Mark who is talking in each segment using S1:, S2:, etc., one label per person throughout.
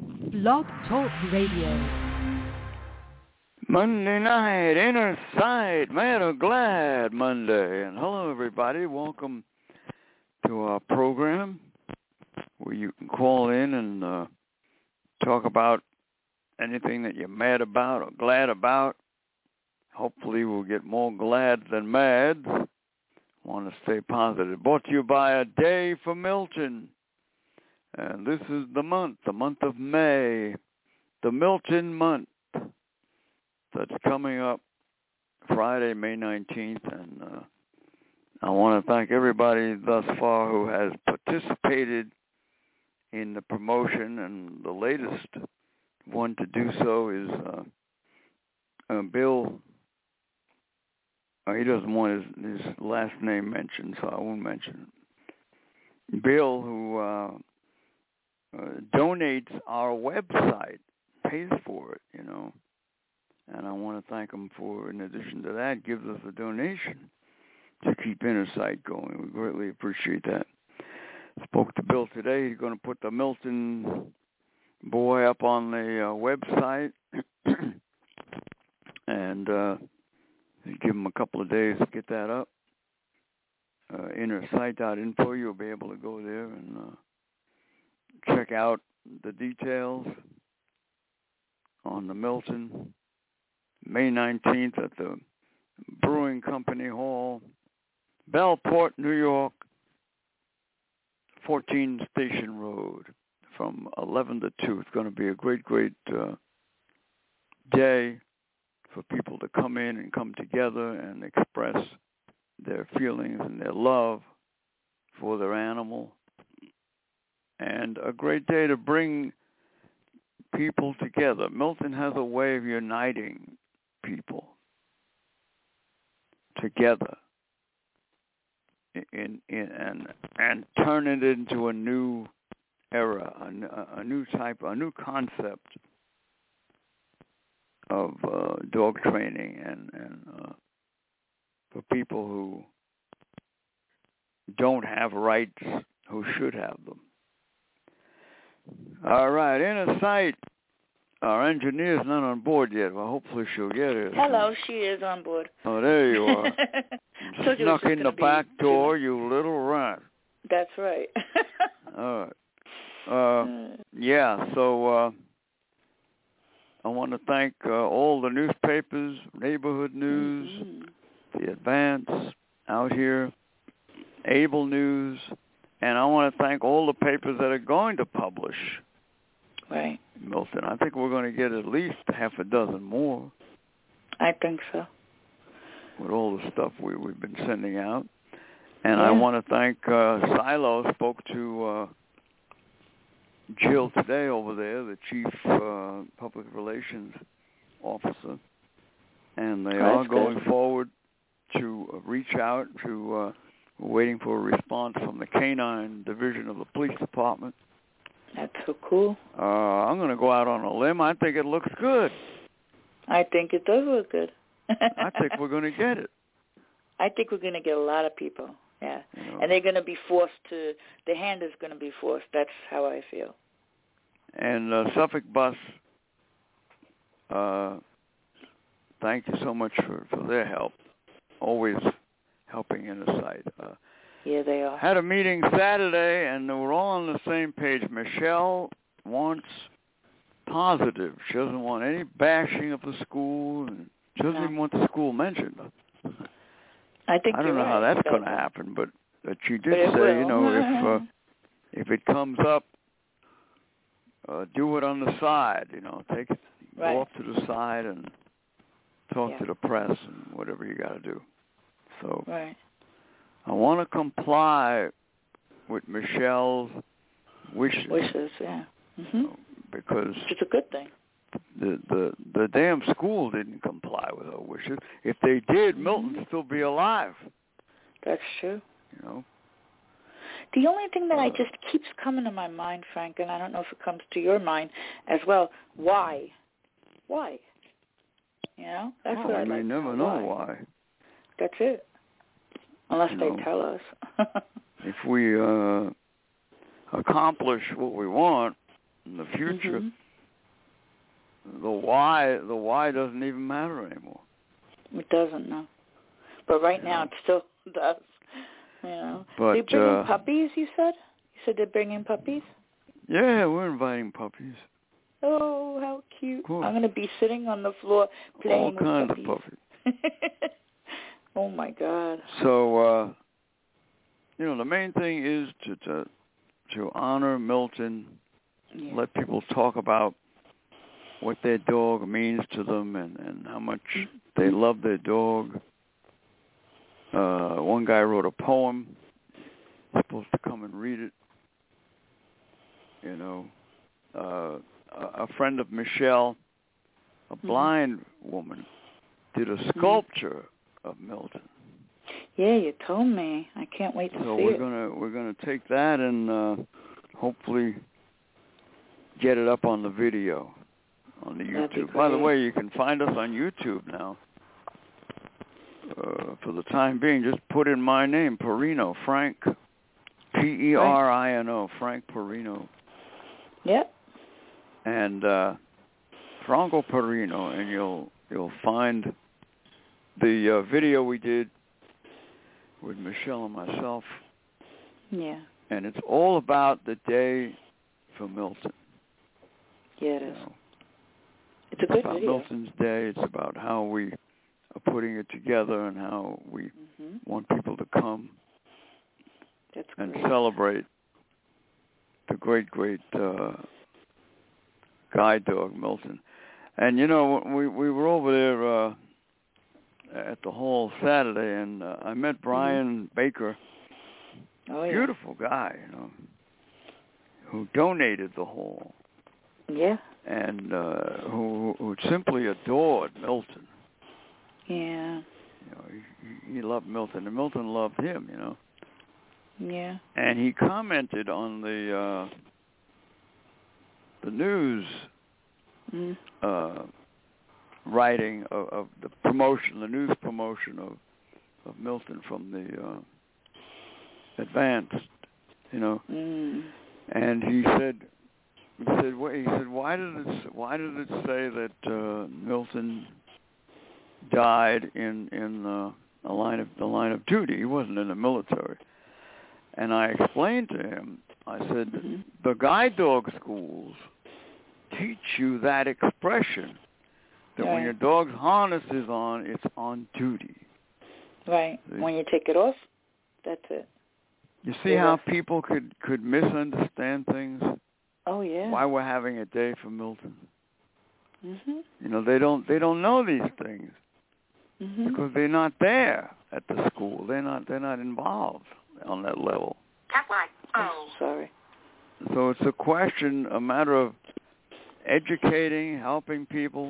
S1: Blog Talk Radio.
S2: Monday night, inner sight, man of glad Monday. And hello everybody, welcome to our program where you can call in and uh, talk about anything that you're mad about or glad about. Hopefully we'll get more glad than mad. Want to stay positive. Brought to you by A Day for Milton. And this is the month, the month of May, the Milton month that's coming up Friday, May 19th. And uh, I want to thank everybody thus far who has participated in the promotion. And the latest one to do so is uh, uh, Bill. Uh, he doesn't want his, his last name mentioned, so I won't mention it. Bill, who uh, uh, donates our website, pays for it, you know and I want to thank them for, in addition to that, gives us a donation to keep Intersight going. We greatly appreciate that. Spoke to Bill today. He's going to put the Milton boy up on the uh, website and uh, give him a couple of days to get that up. Uh, innersight.info, you'll be able to go there and uh, check out the details on the Milton. May 19th at the Brewing Company Hall, Bellport, New York, 14 Station Road from 11 to 2. It's going to be a great, great uh, day for people to come in and come together and express their feelings and their love for their animal. And a great day to bring people together. Milton has a way of uniting people together in, in, and and turn it into a new era, a, a new type, a new concept of uh, dog training and and uh, for people who don't have rights who should have them. All right, in sight. Our engineer's not on board yet. Well, hopefully she'll get here. soon.
S3: Hello, she is on board.
S2: Oh, there you are.
S3: Told you it was
S2: Snuck
S3: just
S2: in the
S3: gonna be
S2: back
S3: two.
S2: door, you little rat.
S3: That's right.
S2: All right. Uh, yeah, so uh, I want to thank uh, all the newspapers, Neighborhood News,
S3: Mhm.
S2: The Advance, Out Here, Able News, and I want to thank all the papers that are going to publish
S3: Right.
S2: Milton. I think we're going to get at least half a dozen more
S3: I think so.
S2: with all the stuff we, we've been sending out. And I
S3: Yeah.
S2: want to thank uh, Silo. Spoke to uh, Jill today over there, the chief uh, public relations officer, and they
S3: That's
S2: are
S3: good.
S2: going forward to uh, reach out to. Uh, we're waiting for a response from the canine division of the police department.
S3: That's so cool.
S2: Uh, I'm going to go out on a limb. I think it looks good.
S3: I think it does look good.
S2: I think we're going to get it.
S3: I think we're going to get a lot of people. Yeah.
S2: you know.
S3: And they're going to be forced to, the hand is going to be forced. That's how I feel.
S2: And uh, Suffolk Bus, uh, thank you so much for, for their help, always helping in the site. Uh,
S3: Yeah, they are.
S2: had a meeting Saturday, and we're all on the same page. Michelle wants positive. She doesn't want any bashing of the school, and she doesn't
S3: No.
S2: even want the school mentioned.
S3: I think
S2: I
S3: you're
S2: don't know how
S3: right.
S2: that's
S3: So-
S2: going to happen, but, but she did
S3: But it
S2: say, you
S3: will.
S2: know, if uh, if it comes up, uh, do it on the side. You know, take it,
S3: Right.
S2: go up to the side and talk
S3: Yeah.
S2: to the press and whatever you got to do. So
S3: Right.
S2: I want to comply with Michelle's wishes
S3: Wishes, yeah. hmm
S2: Oh. because
S3: It's a good thing.
S2: the the the damn school didn't comply with her wishes. If they did,
S3: Mm-hmm.
S2: Milton'd still be alive.
S3: That's true.
S2: You know.
S3: The only thing that I
S2: Uh,
S3: just keeps coming to my mind, Frank, and I don't know if it comes to your mind as well. Why? Why? You know, that's
S2: Well,
S3: what I
S2: we
S3: like.
S2: never
S3: to
S2: know
S3: why. That's it. Unless
S2: You know.
S3: they tell us.
S2: If we uh accomplish what we want in the future,
S3: Mhm. Mm-hmm.
S2: the why the why doesn't even matter anymore.
S3: It doesn't no. But right now it still does. You know.
S2: But,
S3: they bring in
S2: uh,
S3: puppies, you said? You said they bring in puppies?
S2: Yeah, we're inviting puppies.
S3: Oh, how cute.
S2: Cool.
S3: I'm gonna be sitting on the floor playing
S2: All
S3: with
S2: kinds
S3: puppies.
S2: of puppies.
S3: oh my god.
S2: So uh you know, the main thing is to to, to honor Milton,
S3: Yeah.
S2: let people talk about what their dog means to them and, and how much they love their dog. Uh one guy wrote a poem. You're supposed to come and read it. You know. Uh a a friend of Michelle, a blind woman, did a sculpture of Milton.
S3: yeah, you told me. I can't wait to
S2: So
S3: see
S2: we're
S3: it.
S2: gonna we're gonna take that and uh, hopefully get it up on the video on the
S3: That'd be
S2: YouTube. By the
S3: great.
S2: way, you can find us on YouTube now. Uh, for the time being, just put in my name, Perino Frank, P E R I N O, Frank Perino,
S3: Yep.
S2: and uh, Franco Perino, and you'll you'll find the uh, video we did with Michelle and myself
S3: Yeah.
S2: and it's all about the day for Milton.
S3: Yeah, it
S2: you
S3: is.
S2: know.
S3: It's a good
S2: about
S3: video.
S2: Milton's day. It's about how we are putting it together and how we
S3: hmm
S2: want people to come
S3: That's
S2: and
S3: great.
S2: celebrate the great, great uh, guide dog Milton. And you know, we we were over there uh, at the hall Saturday, and uh, I met Brian Baker,
S3: Mm-hmm. Oh yeah.
S2: beautiful guy, you know, who donated the hall.
S3: Yeah.
S2: and uh, who, who simply adored Milton.
S3: Yeah.
S2: You know, he, he loved Milton, and Milton loved him. You know,
S3: Yeah.
S2: and he commented on the uh, the news
S3: Mm.
S2: uh, writing of, of the promotion, the news promotion of of Milton from the uh, advanced. You know,
S3: Mm.
S2: and he said he said wait he said why did it why did it say that uh, Milton died in in uh, a line of the line of duty he wasn't in the military and I explained to him I said
S3: Mhm.
S2: the guide dog schools teach you that expression that when
S3: Right.
S2: your dog's harness is on it's on duty
S3: Right.
S2: See?
S3: When you take it off, that's it.
S2: you see
S3: Yeah.
S2: how people could could misunderstand things
S3: Oh yeah.
S2: why we're having a day for Milton
S3: Mhm.
S2: You know, they don't they don't know these things
S3: Mhm.
S2: because they're not there at the school. They're not they're not involved on that level.
S3: I'm sorry.
S2: So it's a question, a matter of educating, helping people.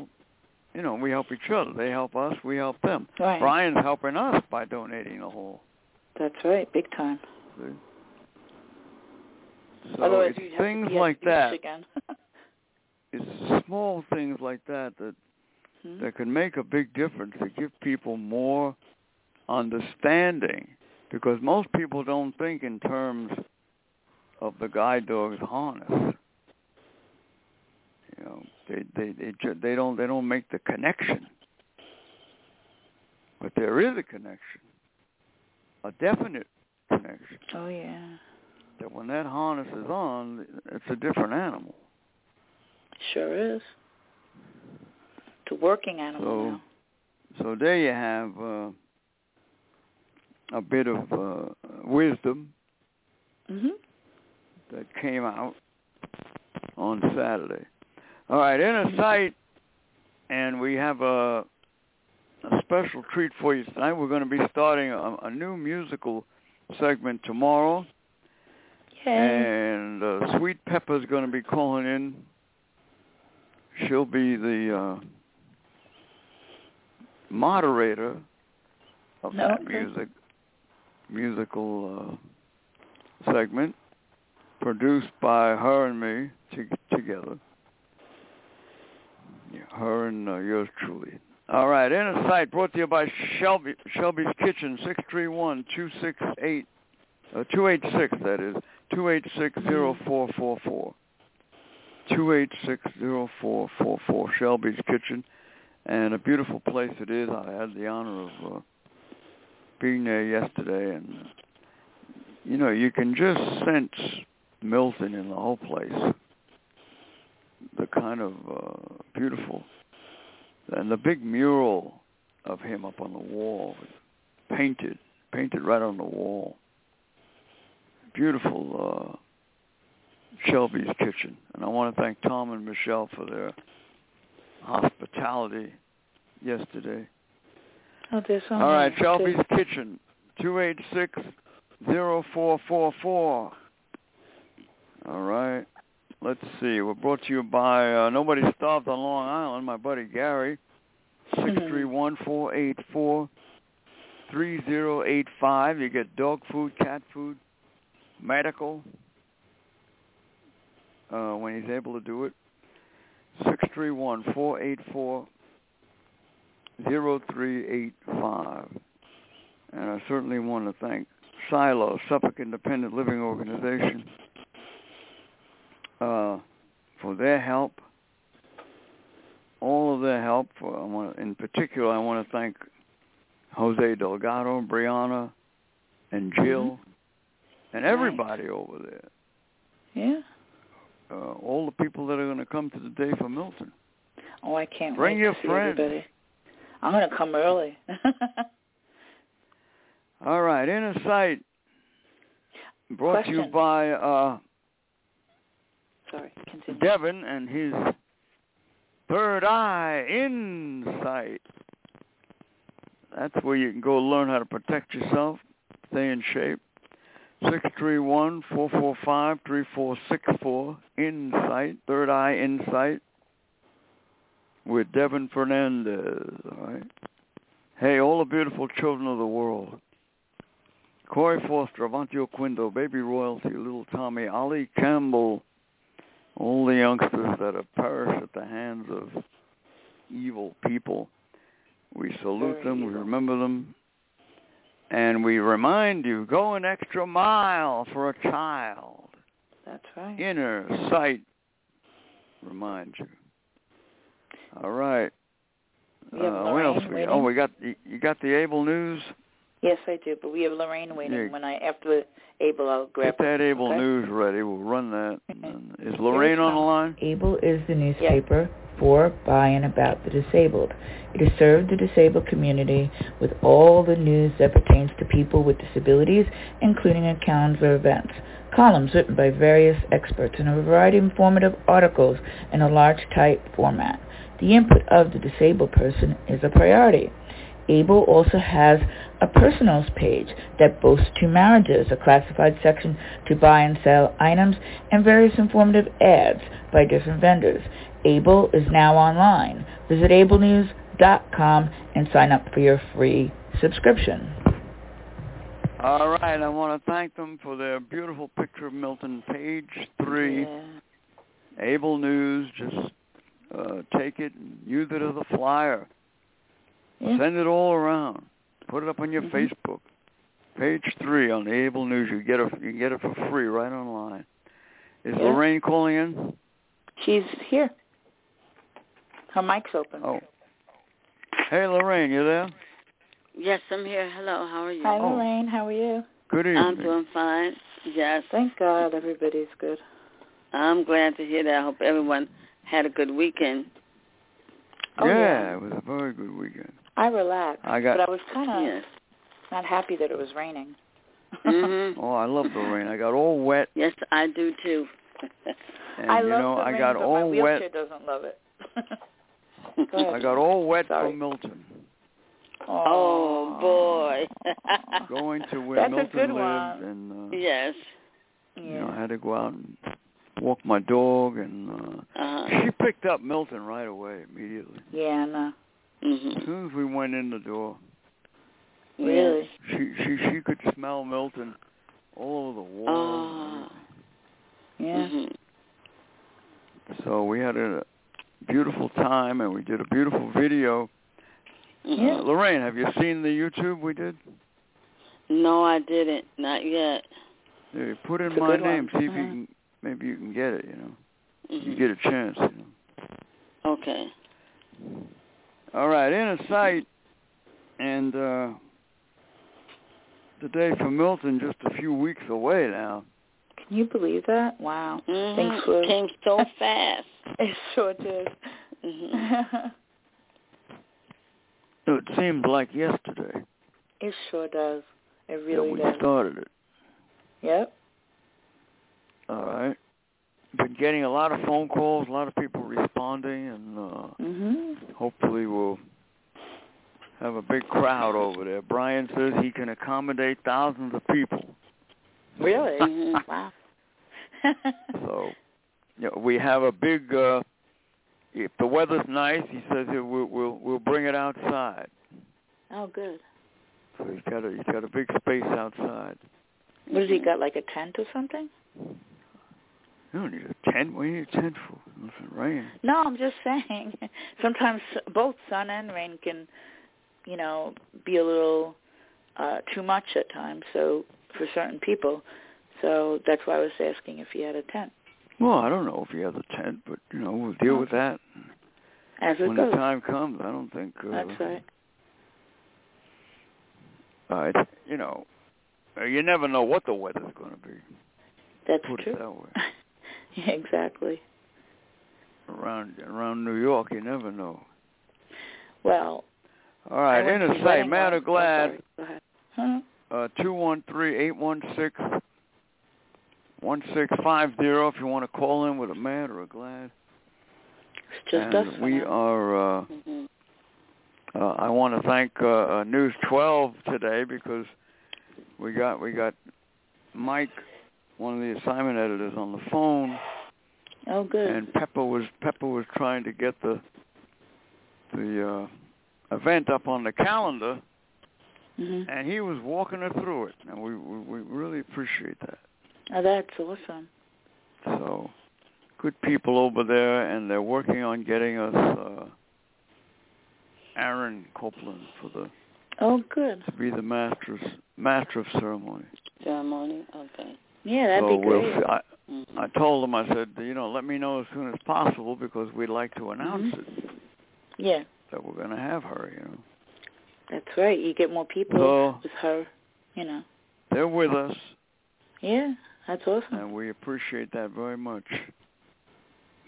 S2: You know, we help each other. They help us. We help them.
S3: Right.
S2: Brian's helping us by donating the whole.
S3: That's right. Big time.
S2: See? So
S3: Otherwise,
S2: it's
S3: you'd have
S2: things
S3: to be at
S2: like
S3: the beach
S2: that.
S3: Again.
S2: It's small things like that that
S3: Mhm.
S2: that can make a big difference to give people more understanding because most people don't think in terms of the guide dog's harness. You know, they they they ju- they don't they don't make the connection. But there is a connection, a definite connection.
S3: Oh yeah.
S2: That when that harness is on, it's a different animal.
S3: Sure is. It's a working animal
S2: So-
S3: now.
S2: So there you have uh, a bit of uh, wisdom
S3: Mhm.
S2: that came out on Saturday. All right, inner sight, and we have a, a special treat for you tonight. We're going to be starting a, a new musical segment tomorrow,
S3: Yay.
S2: and uh, Sweet Pepper's going to be calling in. She'll be the uh, moderator of
S3: No,
S2: that
S3: okay.
S2: music musical uh, segment produced by her and me to, together. Yeah, her and uh, yours truly. All right, Inner Sight brought to you by Shelby Shelby's Kitchen, six three one two six eight uh, two eight six. That is two eight six zero four four four. two eight six zero four four four Shelby's Kitchen, and a beautiful place it is. I had the honor of uh, being there yesterday, and uh, you know you can just sense Milton in the whole place. The kind of uh, beautiful and the big mural of him up on the wall, painted, painted right on the wall. Beautiful. Uh, Shelby's Kitchen. And I want to thank Tom and Michelle for their hospitality yesterday.
S3: Oh, there's so
S2: All right,
S3: many.
S2: Shelby's Kitchen, 286-0444. All right. Let's see. We're brought to you by uh, Nobody Starved on Long Island, my buddy Gary, Six three one four eight four three zero eight five. You get dog food, cat food, medical, uh, when he's able to do it. Six three one four eight four zero three eight five. And I certainly want to thank Silo, Suffolk Independent Living Organization, uh, for their help, all of their help. For, I want, in particular, I want to thank Jose Delgado, Brianna, and Jill, and everybody over there
S3: Yeah.
S2: uh, all the people that are going to come to the day for Milton.
S3: Oh, I can't
S2: Bring
S3: wait
S2: your
S3: to see
S2: friends.
S3: everybody. I'm gonna come early.
S2: All right, Inner Sight, brought to you
S3: Question.
S2: by uh,
S3: Sorry. Continue.
S2: Devin and his Third Eye Insight. That's where you can go learn how to protect yourself, stay in shape. Six three one four four five three four six four Insight, Third Eye Insight with Devin Fernandez. All right. Hey, all the beautiful children of the world. Corey Foster, Avantio Quindo, Baby Royalty, Little Tommy, Ali Campbell, all the youngsters that have perished at the hands of evil people. We salute
S3: Very
S2: them, we
S3: evil.
S2: remember them, and we remind you, go an extra mile for a child.
S3: That's right.
S2: Inner sight reminds you. All right.
S3: We have
S2: uh, what
S3: Lorraine
S2: else we
S3: waiting.
S2: Oh, we got you you got the Able News?
S3: Yes, I do. But we have Lorraine waiting.
S2: Yeah.
S3: When I after Abel, I'll grab.
S2: Get that Able
S3: okay?
S2: News ready. We'll run that.
S3: Okay.
S2: And is Lorraine on the line?
S4: Able is the newspaper for, by, and about the disabled. It has served the disabled community with all the news that pertains to people with disabilities, including accounts of events, columns written by various experts, and a variety of informative articles in a large type format. The input of the disabled person is a priority. Able also has a personals page that boasts two marriages, a classified section to buy and sell items, and various informative ads by different vendors. Able is now online. Visit ablenews.com and sign up for your free subscription.
S2: All right. I want to thank them for their beautiful picture of Milton, page three.
S3: Yeah.
S2: Able News. Just uh, take it and use it as a flyer.
S3: Yeah.
S2: Send it all around. Put it up on your
S3: Mhm.
S2: Facebook. Page three on the Able News. You get it. You can get it for free right online. Is
S3: Yeah.
S2: Lorraine calling in?
S3: She's here. Her mic's open.
S2: Oh. Hey, Lorraine, you there?
S5: Yes, I'm here. Hello, how are you?
S3: Hi,
S2: Oh.
S3: Lorraine. How are you?
S2: Good evening.
S5: I'm doing fine. Yes.
S3: Thank God everybody's good.
S5: I'm glad to hear that. I hope everyone had a good weekend.
S3: Oh,
S2: yeah,
S3: yeah.
S2: it was a very good weekend.
S3: I relaxed,
S2: I got-
S3: but I was kind of
S5: Yes.
S3: not happy that it was raining.
S5: Mhm.
S2: Oh, I love the rain. I got all wet,
S5: Yes, I do too.
S2: and
S3: I
S2: you
S3: love
S2: know,
S3: the
S2: I
S3: rain,
S2: got
S3: but my
S2: all
S3: wheelchair
S2: wet.
S3: doesn't love it. Go ahead.
S2: I got all wet
S3: Sorry.
S2: from Milton.
S5: oh boy.
S2: Going to where
S3: That's a
S2: Milton
S3: good
S2: lived,
S3: one.
S2: and uh,
S5: yes.
S2: you know, I
S3: Yeah.
S2: had to go out and walk my dog, and uh,
S5: Uh-huh.
S2: she picked up Milton right away, immediately.
S3: Yeah, no.
S2: As
S5: Mhm.
S2: soon as we went in the door,
S3: Really?
S5: Yes.
S2: she she she could smell Milton all over the walls. and
S3: Ah.
S5: Oh.
S3: Yeah.
S5: Mhm.
S2: everything. So we had a beautiful time, and we did a beautiful video.
S5: Mhm.
S2: Uh, Lorraine, have you seen the YouTube we did?
S5: No, I didn't. Not yet.
S2: Yeah, put in
S3: It's a
S2: my
S3: good one.
S2: name. See if you
S3: Uh-huh.
S2: can. Maybe you can get it. You know.
S5: hmm
S2: you get a chance. You know.
S5: Okay.
S2: All right, in a sight, and uh, today for Milton, just a few weeks away now.
S3: Can you believe that? Wow.
S5: Mhm.
S3: Thanks, Lou.
S5: Came so fast.
S3: It sure did.
S5: hmm
S2: It seemed like yesterday
S3: it sure does. It
S2: that
S3: really
S2: we
S3: does.
S2: started it.
S3: Yep.
S2: All right, been getting a lot of phone calls, a lot of people responding, and uh,
S3: Mhm.
S2: hopefully we'll have a big crowd over there. Brian says he can accommodate thousands of people.
S3: Really?
S5: Mhm.
S3: wow.
S2: So you know, we have a big. Uh, if the weather's nice, he says "Yeah, we'll we'll, we'll bring it outside.
S3: oh, good.
S2: So he's got a he's got a big space outside.
S3: What has he got? Like a tent or something?
S2: You don't need a tent. What do you need a tent for? It's rain.
S3: No, I'm just saying. Sometimes both sun and rain can, you know, be a little uh too much at times. So for certain people, so that's why I was asking if he had a tent.
S2: Well, I don't know if he has a tent, but you know we'll deal with that
S3: As it
S2: when the
S3: goes.
S2: time comes. I don't think. Uh,
S3: That's right.
S2: Uh, it's, you know, uh, you never know what the weather's going to be.
S3: That's
S2: Put it
S3: true.
S2: that way.
S3: Yeah, exactly.
S2: Around around New York, you never know.
S3: Well,
S2: All right,
S3: I went
S2: in
S3: to
S2: a
S3: the
S2: sight,
S3: wedding
S2: man
S3: once.
S2: of
S3: Oh,
S2: glad.
S3: sorry. Go ahead. Huh?
S2: Uh, two one three eight one six one six five zero if you want to call in with a mad or a glad.
S3: It's just
S2: and
S3: us. uh-huh. Mm-hmm. for
S2: we
S3: now.
S2: are. Uh,
S5: hmm
S2: uh, I want to thank uh, uh, News 12 today because we got we got Mike, one of the assignment editors, on the phone,
S3: Oh, good.
S2: and Pepper was Pepper was trying to get the the uh, event up on the calendar,
S3: mm-hmm.
S2: and he was walking her through it, and we we, we really appreciate that.
S3: Oh, that's awesome.
S2: So good people over there, and they're working on getting us uh, Aaron Copeland for the
S3: Oh, good.
S2: to be the master of, master of ceremony.
S5: Ceremony. Okay.
S3: Yeah, that'd
S2: so
S3: be
S2: we'll
S3: great.
S2: see. I,
S5: Mm-hmm.
S2: I told him I said, you know, let me know as soon as possible because we'd like to announce
S3: Mhm.
S2: it
S3: Yeah,
S2: that we're going to have her. You know,
S3: that's right. You get more people
S2: So-
S3: with her, you know.
S2: they're with us,
S3: Yeah, that's awesome.
S2: and we appreciate that very much.
S3: Yeah,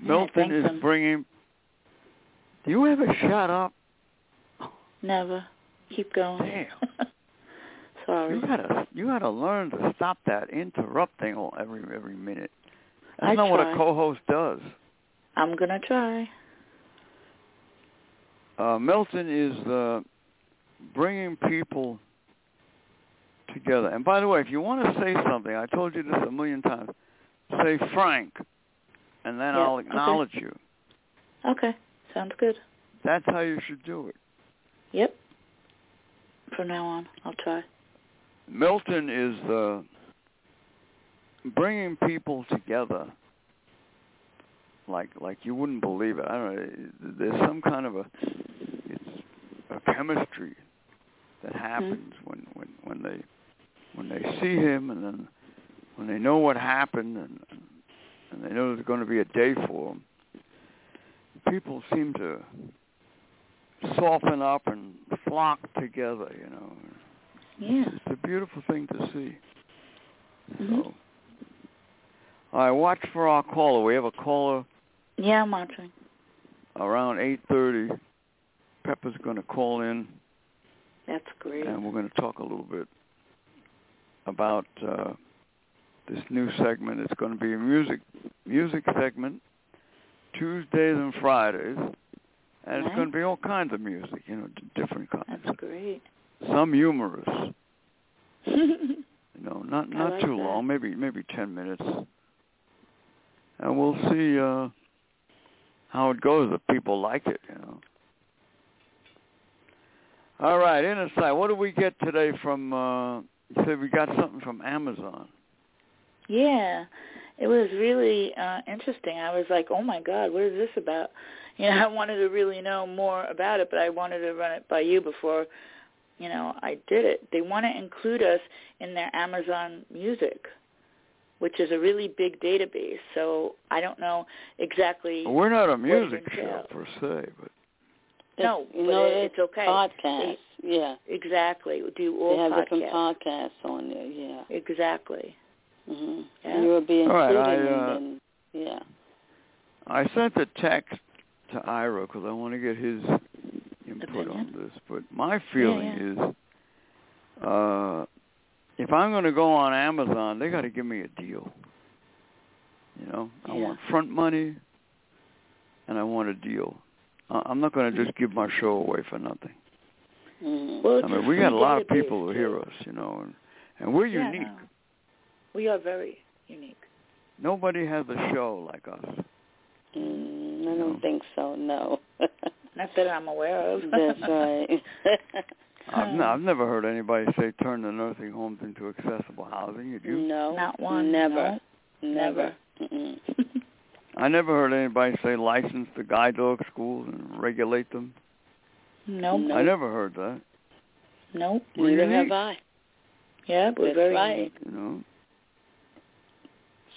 S2: Milton
S3: thank
S2: is
S3: them.
S2: bringing. Do you ever shut up?
S3: Never. Keep going.
S2: You
S3: Sorry.
S2: gotta, you gotta learn to stop that interrupting all- every every minute. That's
S3: I
S2: not what a
S3: try.
S2: co-host does.
S3: I'm going to try.
S2: uh, Milton is uh, bringing people together. And by the way, if you want to say something, I told you this a million times. Say Frank, and then
S3: Yeah,
S2: I'll
S3: okay.
S2: acknowledge you.
S3: Okay, sounds good.
S2: That's how you should do it.
S3: Yep. From now on, I'll try.
S2: Milton is uh, bringing people together like like you wouldn't believe it. I don't know. There's some kind of a it's a chemistry that happens when when when they when they see him and then when they know what happened and and they know there's going to be a day for him. People seem to soften up and flock together. You know,
S3: Yeah.
S2: it's a beautiful thing to see.
S3: Mhm.
S2: So, all right, watch for our caller. We have a caller
S3: Mm-hmm. Yeah, I'm watching.
S2: around 8.30. Pepper's going to call in,
S3: That's great.
S2: and we're going to talk a little bit about uh, this new segment. It's going to be a music music segment Tuesdays and Fridays, and it's
S3: Nice.
S2: going to be all kinds of music, you know, d- different kinds.
S3: That's great.
S2: Some humorous,
S3: okay.
S2: you know, not
S3: I
S2: not
S3: like
S2: too
S3: that.
S2: long, maybe maybe 10 minutes, and we'll see uh, how it goes. If people like it, you know. All right, Insight. What did we get today from? Uh, you said we got something from Amazon.
S3: Yeah, it was really uh, interesting. I was like, oh my God, what is this about? You know, I wanted to really know more about it, but I wanted to run it by you before, you know, I did it. They want to include us in their Amazon music. which is a really big database. So I don't know exactly.
S2: We're not a
S3: it
S2: music show
S3: entails.
S2: per se, but
S3: No, but
S5: you know,
S3: it- it's okay.
S5: Podcasts, yeah.
S3: Exactly. Do all
S5: They have different
S3: podcasts.
S5: podcasts on there, yeah.
S3: exactly.
S5: hmm
S3: Yeah.
S5: And you'll be
S2: All right, I,
S5: included
S2: uh,
S5: in, in- yeah.
S2: I sent the text to Ira because I want to get his input
S3: Opinion?
S2: on this. But my feeling
S3: yeah.
S2: is, uh, if I'm going to go on Amazon, they got to give me a deal. You know, I
S3: Yeah.
S2: want front money, and I want a deal. I- I'm not going to just give my show away for nothing.
S5: Mhm.
S3: Well,
S2: I
S3: it's
S2: mean,
S3: a
S2: we
S3: free
S2: got a lot of
S3: database,
S2: people who
S3: too.
S2: hear us, you know, and, and we're
S3: Yeah,
S2: unique.
S3: no. We are very unique.
S2: Nobody has a show like us.
S5: Mm, I don't think so, no.
S3: Not that I'm aware of.
S5: That's right.
S2: I've, n-
S3: Huh.
S2: I've never heard anybody say turn the nursing homes into accessible housing. Did you?
S5: no.
S3: Not one.
S5: Never.
S3: Never.
S5: Never. Mm-mm.
S3: no.
S2: I never heard anybody say license the guide dog schools and regulate them.
S3: nope.
S5: No.
S2: I never heard that.
S3: Nope.
S2: We're
S5: Neither have
S2: unique,
S5: I.
S3: Yeah, we're
S5: That's
S3: very
S5: right.
S3: unique.
S2: you know.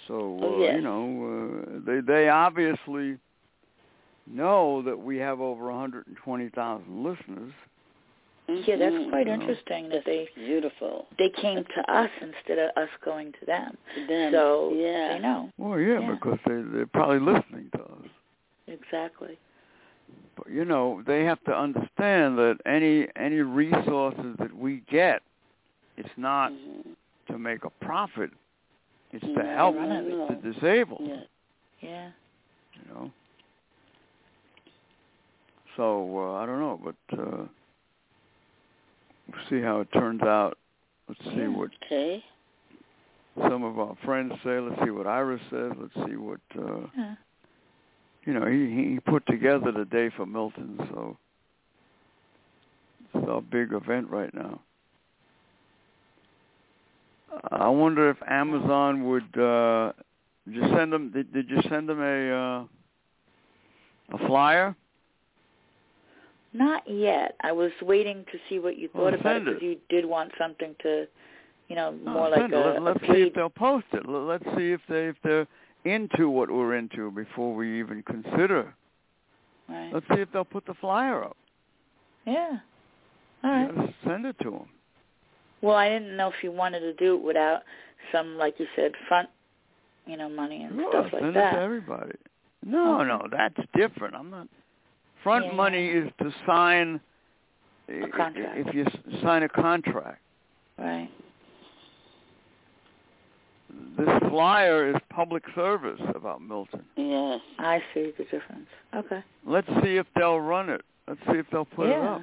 S2: So uh,
S5: Oh, yes.
S2: you know, uh, they they obviously know that we have over 120,000 listeners.
S3: Yeah, that's
S5: Mhm.
S3: quite
S2: No.
S3: interesting that
S5: That's
S3: they
S5: beautiful.
S3: they came to us instead of us going to them.
S5: To them.
S3: So
S5: yeah.
S3: they know
S2: Well, yeah,
S3: Yeah.
S2: because they they're probably listening to us.
S3: exactly.
S2: But you know, they have to understand that any any resources that we get, it's not
S5: Mhm.
S2: to make a profit. It's to
S5: No,
S2: help
S5: no, no.
S2: the disabled.
S5: Yes.
S3: Yeah.
S2: you know. So uh, I don't know, but uh, we'll see how it turns out. Let's see what
S5: Okay.
S2: some of our friends say. Let's see what Iris says. Let's see what uh,
S3: Yeah.
S2: you know. He he put together the day for Milton, so it's our big event right now. I wonder if Amazon would uh, did you send them. Did, did you send them a uh, a flyer?
S3: Not yet. I was waiting to see what you
S2: Well,
S3: thought about
S2: send it.
S3: because you did want something to, you know,
S2: No,
S3: more like
S2: send it.
S3: a,
S2: Let,
S3: a
S2: us see if
S3: paid.
S2: they'll post it. Let, let's see if they if they're into what we're into before we even consider.
S3: Right.
S2: Let's see if they'll put the flyer up.
S3: Yeah. All right.
S2: Just send it to them.
S3: Well, I didn't know if you wanted to do it without some, like you said, front, you know, money and
S2: Sure,
S3: stuff like
S2: send it to
S3: that.
S2: everybody. No,
S3: Okay.
S2: no, that's different. I'm not. Front
S3: Yeah, yeah.
S2: money is to sign. i-
S3: contract.
S2: If you s- sign a contract,
S3: Right.
S2: this flyer is public service about Milton.
S5: Yes.
S3: I see the difference. Okay.
S2: Let's see if they'll run it. Let's see if they'll put it
S3: yeah.
S2: up.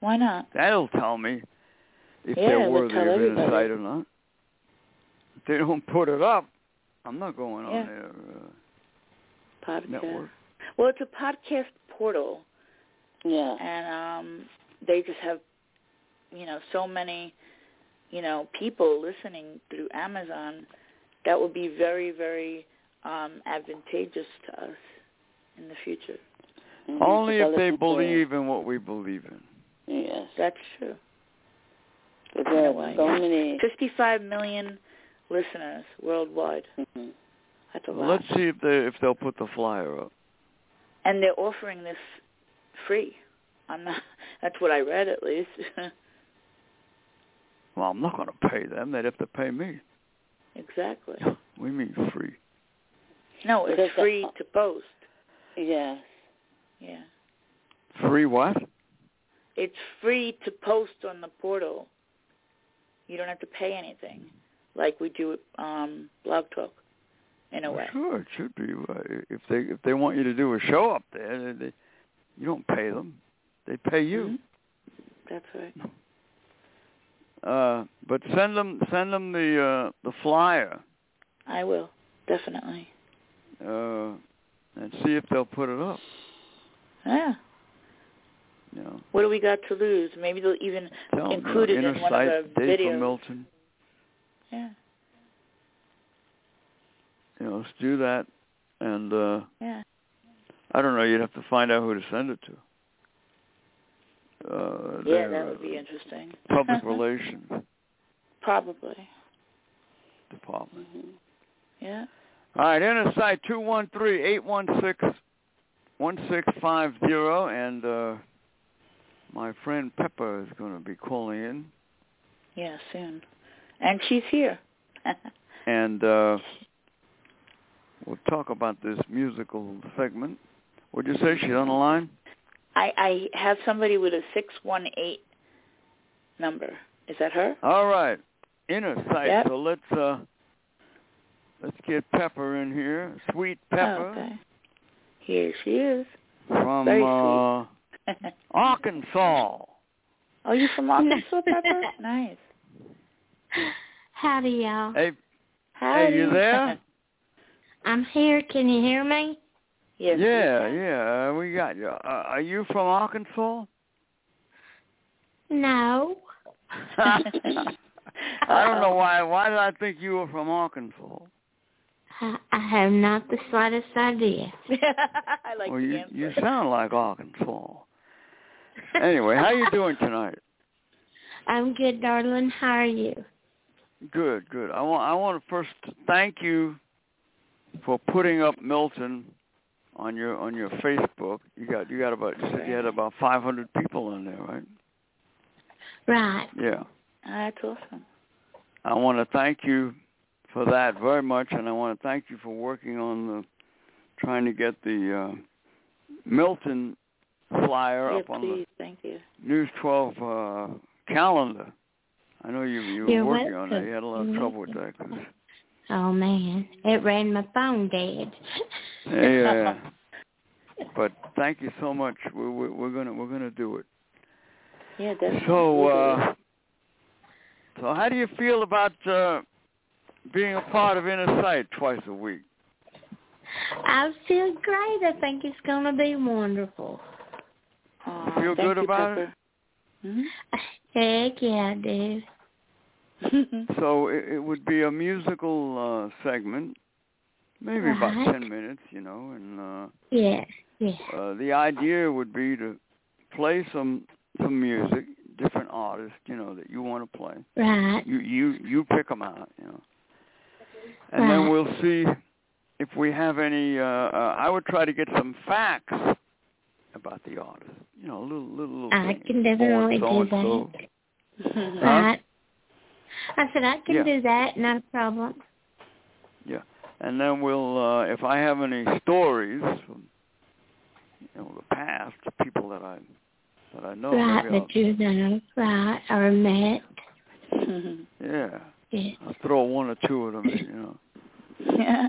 S3: Why not?
S2: That'll tell me if
S3: Yeah,
S2: they're
S3: it'll
S2: worthy
S3: tell
S2: of
S3: everybody.
S2: insight or not. If they don't put it up, I'm not going on
S3: Yeah. uh,
S2: their uh,
S3: Podcast.
S2: network.
S3: Well, it's a podcast portal,
S5: Yeah.
S3: and um, they just have, you know, so many, you know, people listening through Amazon. That would be very, very um, advantageous to us in the future.
S5: Mhm.
S2: Only if
S5: Tell
S2: they
S5: us what you-
S2: believe in what we believe in.
S5: Yes.
S3: That's true.
S5: There
S3: I know
S5: are
S3: why.
S5: so many.
S3: 55 million listeners worldwide.
S5: Mhm.
S3: That's a lot.
S2: Let's see if they if they'll put the flyer up.
S3: and they're offering this free. I'm not. That's what I read, at least.
S2: Well, I'm not going to pay them. They'd have to pay me.
S3: exactly.
S2: We mean free.
S3: No,
S5: Because
S3: it's
S5: the-
S3: free to post.
S5: Yes.
S3: Yeah,
S2: Free what?
S3: it's free to post on the portal. You don't have to pay anything, like we do at um, Blog Talk, in a
S2: Well,
S3: way.
S2: Sure, it should be. Uh, If they if they want you to do a show up there, they, they, you don't pay them. They pay you.
S3: Mhm. That's right. Mm-hmm.
S2: Uh, but send them send them the uh, the flyer
S3: I will definitely.
S2: uh, and see if they'll put it up.
S3: Yeah.
S2: You know,
S3: What do we got to lose? Maybe they'll even
S2: tell 'em, you know,
S3: include it
S2: inner
S3: in one of
S2: sight,
S3: the
S2: Dave
S3: videos.
S2: from Milton.
S3: Yeah.
S2: You know, let's do that. And uh,
S3: Yeah.
S2: I don't know. You'd have to find out who to send it to. Uh,
S3: Yeah,
S2: their,
S3: that would be
S2: uh,
S3: interesting.
S2: public relations
S3: Probably.
S2: department.
S5: Mhm.
S3: Yeah.
S2: All right, Intersite two one three eight one six one six five zero, and uh, my friend Peppa is going to be calling in,
S3: Yeah. Soon. And she's here.
S2: and uh, we'll talk about this musical segment. What'd you say? She's on the line.
S3: I I have somebody with a six one eight number. Is that her?
S2: All right, Intersite.
S3: Yep.
S2: So let's uh, let's get Pepper in here, sweet Pepper
S3: Oh, Okay. Here she is.
S2: from
S3: Very
S2: uh,
S3: sweet.
S2: Arkansas.
S3: oh, you from Arkansas, Pepper? nice.
S6: Howdy,
S3: Oh,
S6: y'all.
S2: Hey,
S3: Hi.
S2: hey, you there?
S6: I'm here. Can you hear me?
S3: yes.
S2: yeah, yeah, we got you. Uh, are you from Arkansas?
S6: No.
S2: I don't know why. Why did I think you were from Arkansas?
S6: I, I have not the slightest idea.
S3: I like
S2: well,
S3: the
S2: you
S3: answer.
S2: you sound like Arkansas. Anyway, how you doing tonight?
S6: I'm good, darling. How are you?
S2: Good, good. I want I want to first thank you for putting up Milton on your on your Facebook. You got you got about you said you had about 500 people on there, right?
S6: Right.
S2: Yeah.
S3: That's Ah, awesome.
S2: I want to thank you for that very much, and I want to thank you for working on the trying to get the uh, Milton flyer
S3: Yeah,
S2: up on
S3: please. Thank you.
S2: the News 12 uh, calendar. I know you you were
S6: You're
S2: working on that.
S6: welcome.
S2: You had a lot of
S6: You're
S2: trouble with that.
S6: welcome. Oh man, it ran my phone dead.
S2: 'cause- yeah. But thank you so much. We, we, we're gonna we're gonna do it.
S3: Yeah, definitely.
S2: So
S3: We'll do it.
S2: uh, so how do you feel about uh, being a part of Inner Sight twice a week?
S6: I feel great. I think it's gonna be wonderful.
S3: Aw,
S2: feel
S3: thank
S2: good
S3: you,
S2: about it?
S3: Pepper. Mhm.
S6: Heck yeah, I do.
S3: Hmm?
S2: So it, it would be a musical uh, segment, maybe about
S6: Right.
S2: ten minutes, you know. And uh,
S6: Yeah, yeah.
S2: uh, the idea would be to play some some music, different artists, you know, that you want to play.
S6: Right.
S2: You you you pick them out, you know. And then
S6: Right.
S2: we'll see if we have any. Uh, uh, I would try to get some facts about the artist, you know, little little little.
S6: I
S2: things.
S6: can definitely
S2: Oh, so
S6: do
S2: and so.
S6: that.
S2: Huh?
S6: Right. I said I can
S2: Yeah.
S6: do that, not a problem.
S2: and then we'll uh if I have any stories from you know the past, people that I that I know
S6: right,
S2: maybe I'll,
S6: that you know, right, or met.
S2: yeah
S6: Yeah,
S2: I'll throw one or two of them in, you know
S3: yeah.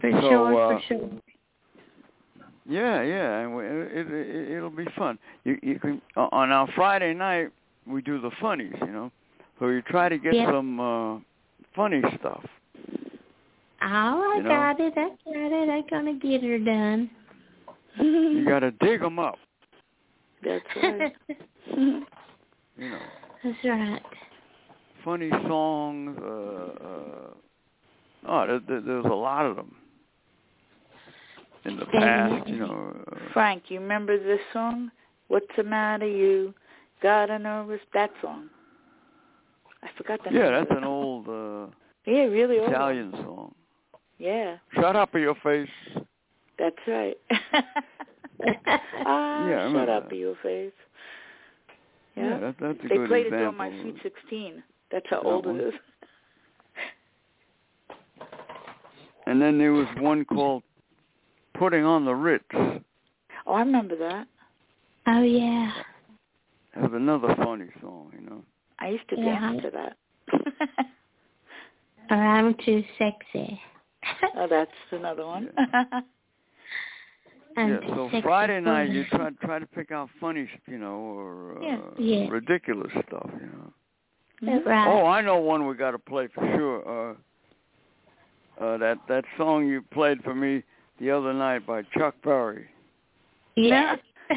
S6: for
S2: So,
S6: sure,
S2: uh,
S6: for sure.
S2: yeah yeah and we, it, it it'll be fun you you can o- on our Friday night we do the funnies you know so you try to get
S6: Yeah.
S2: some uh funny stuff
S6: Oh, I
S2: you know.
S6: got it, I got it. I'm gonna get her done.
S3: Mm-hmm.
S2: you got to dig them up
S3: That's right.
S2: Uh. you know
S6: That's right.
S2: funny songs uh, uh oh there, there, there's a lot of them in the past you know uh,
S3: Frank, you remember this song? What's the matter, you? Gotta know it's that song. I forgot that.
S2: yeah that's an old uh
S3: Yeah, really old.
S2: italian song
S3: Yeah,
S2: shut up in your face
S3: that's right. ah,
S2: Yeah, I
S3: shut
S2: remember
S3: up,
S2: that.
S3: you face.
S2: yeah, that, that's a
S3: they
S2: good
S3: played
S2: example
S3: it on my
S2: of-
S3: sweet sixteen. That's how
S2: That
S3: old
S2: one?
S3: it is.
S2: and then there was one called putting on the ritz
S3: Oh, I remember that.
S6: Oh yeah.
S2: that was another funny song you know
S3: I used to
S6: Yeah.
S3: dance to that.
S6: Or I'm too sexy.
S3: oh, that's another one.
S6: I'm
S2: yeah
S6: too
S2: so
S6: sexy
S2: friday
S6: for
S2: night you
S6: that.
S2: try try to pick out funny you know or uh,
S3: Yeah.
S6: Yeah.
S2: ridiculous stuff you know
S3: Mhm.
S6: Right.
S2: Oh, I know one we got to play for sure. Uh, uh, that that song you played for me the other night by Chuck Berry.
S6: yeah.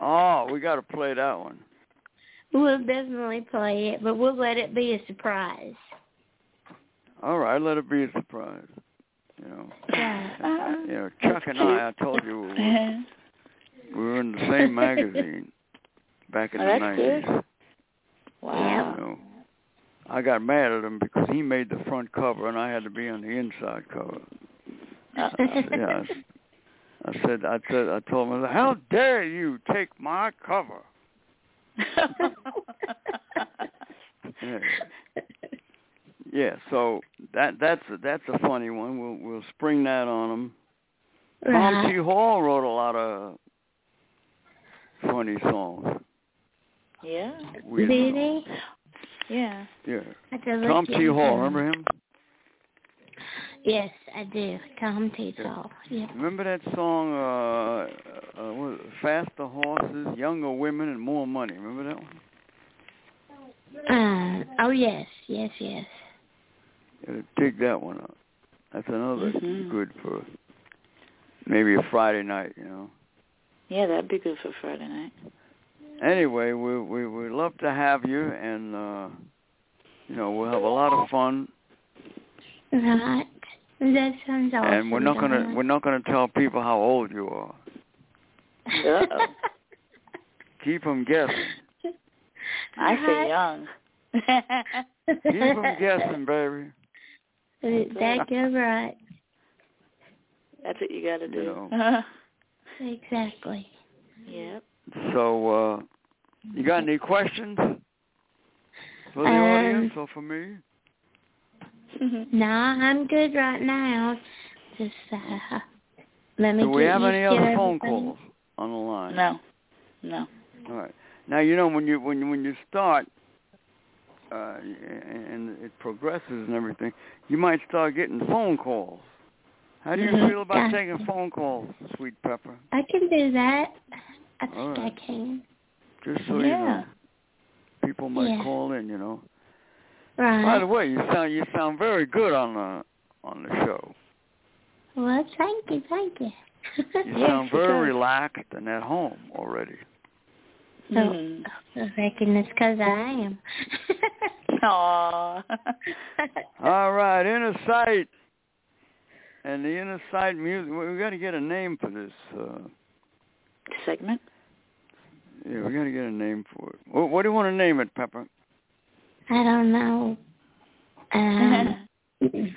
S2: Oh, we got to play that one.
S6: we'll definitely play it, but we'll let it be a surprise.
S2: All right, let it be a surprise. You know,
S6: Right.
S2: you know, Chuck and I. I told you we were, we were in the same magazine back in
S3: Oh,
S2: the
S3: that's good.
S2: nineties. You
S3: wow.
S2: know, I got mad at him because he made the front cover and I had to be on the inside cover. I, I, yeah, I, I said, I said, I told him, I said, how dare you take my cover? yeah. yeah, so that that's a, that's a funny one. We'll we'll spring that on them.
S3: Uh-huh.
S2: Tom T. Hall wrote a lot of funny songs.
S3: Yeah.
S2: Weird
S6: Really?
S2: songs.
S3: Yeah.
S2: Yeah.
S6: I do like
S2: Tom
S6: you.
S2: T. Hall, remember him?
S6: Yes, I do. Tom T. Hall. Yeah.
S2: Remember that song, uh, uh, what was it, Faster Horses, Younger Women, and More Money? Remember that one?
S6: Uh, oh yes, yes, yes.
S2: Yeah, dig that one up. That's another
S3: Mhm.
S2: good for maybe a Friday night, you know.
S3: Yeah, that'd be good for Friday night.
S2: Anyway, we we we love to have you, and uh, you know we'll have a lot of fun.
S6: Right. That sounds awesome.
S2: And we're not gonna we're not gonna tell people how old you are.
S6: Dawn.
S2: Keep them guessing.
S3: I say
S6: Right.
S3: young.
S2: Keep them guessing, baby.
S6: That you're right.
S3: That's what you got to do. Uh-huh.
S6: Exactly.
S3: yep.
S2: So, uh, you got any questions for the
S6: Um,
S2: audience or for me?
S3: Mm-hmm.
S6: No, I'm good right now. Just uh, let me.
S2: Do we
S6: get
S2: have
S6: used
S2: any
S6: to
S2: other phone
S6: everything.
S2: calls on the line?
S3: no. No.
S2: All right. Now you know when you when you- when you start, uh, and and it progresses and everything, you might start getting phone calls. How do you
S6: Mm-hmm.
S3: Mhm.
S2: feel about
S6: Yeah.
S2: taking phone calls, Sweet Pepper?
S6: I can do that. I think
S2: All right.
S6: I can.
S2: Just so you
S3: Yeah.
S2: know, people might
S6: Yeah.
S2: call in. You know. By
S6: Right.
S2: the way, you sound you sound very good on the on the show.
S6: Well, thank you, thank you.
S2: You sound
S3: you
S2: very
S3: do.
S2: relaxed and at home already.
S6: No.
S3: Mhm.
S6: I reckon it's 'cause I am.
S3: Mm-hmm. Aw.
S2: All right, Inner Sight. And the Inner Sight music, we got to get a name for this. Uh,
S3: Segment.
S2: yeah, we got to get a name for it. What, what do you want to name it, Pepper?
S6: I don't know.
S3: Uh-huh.
S6: Um,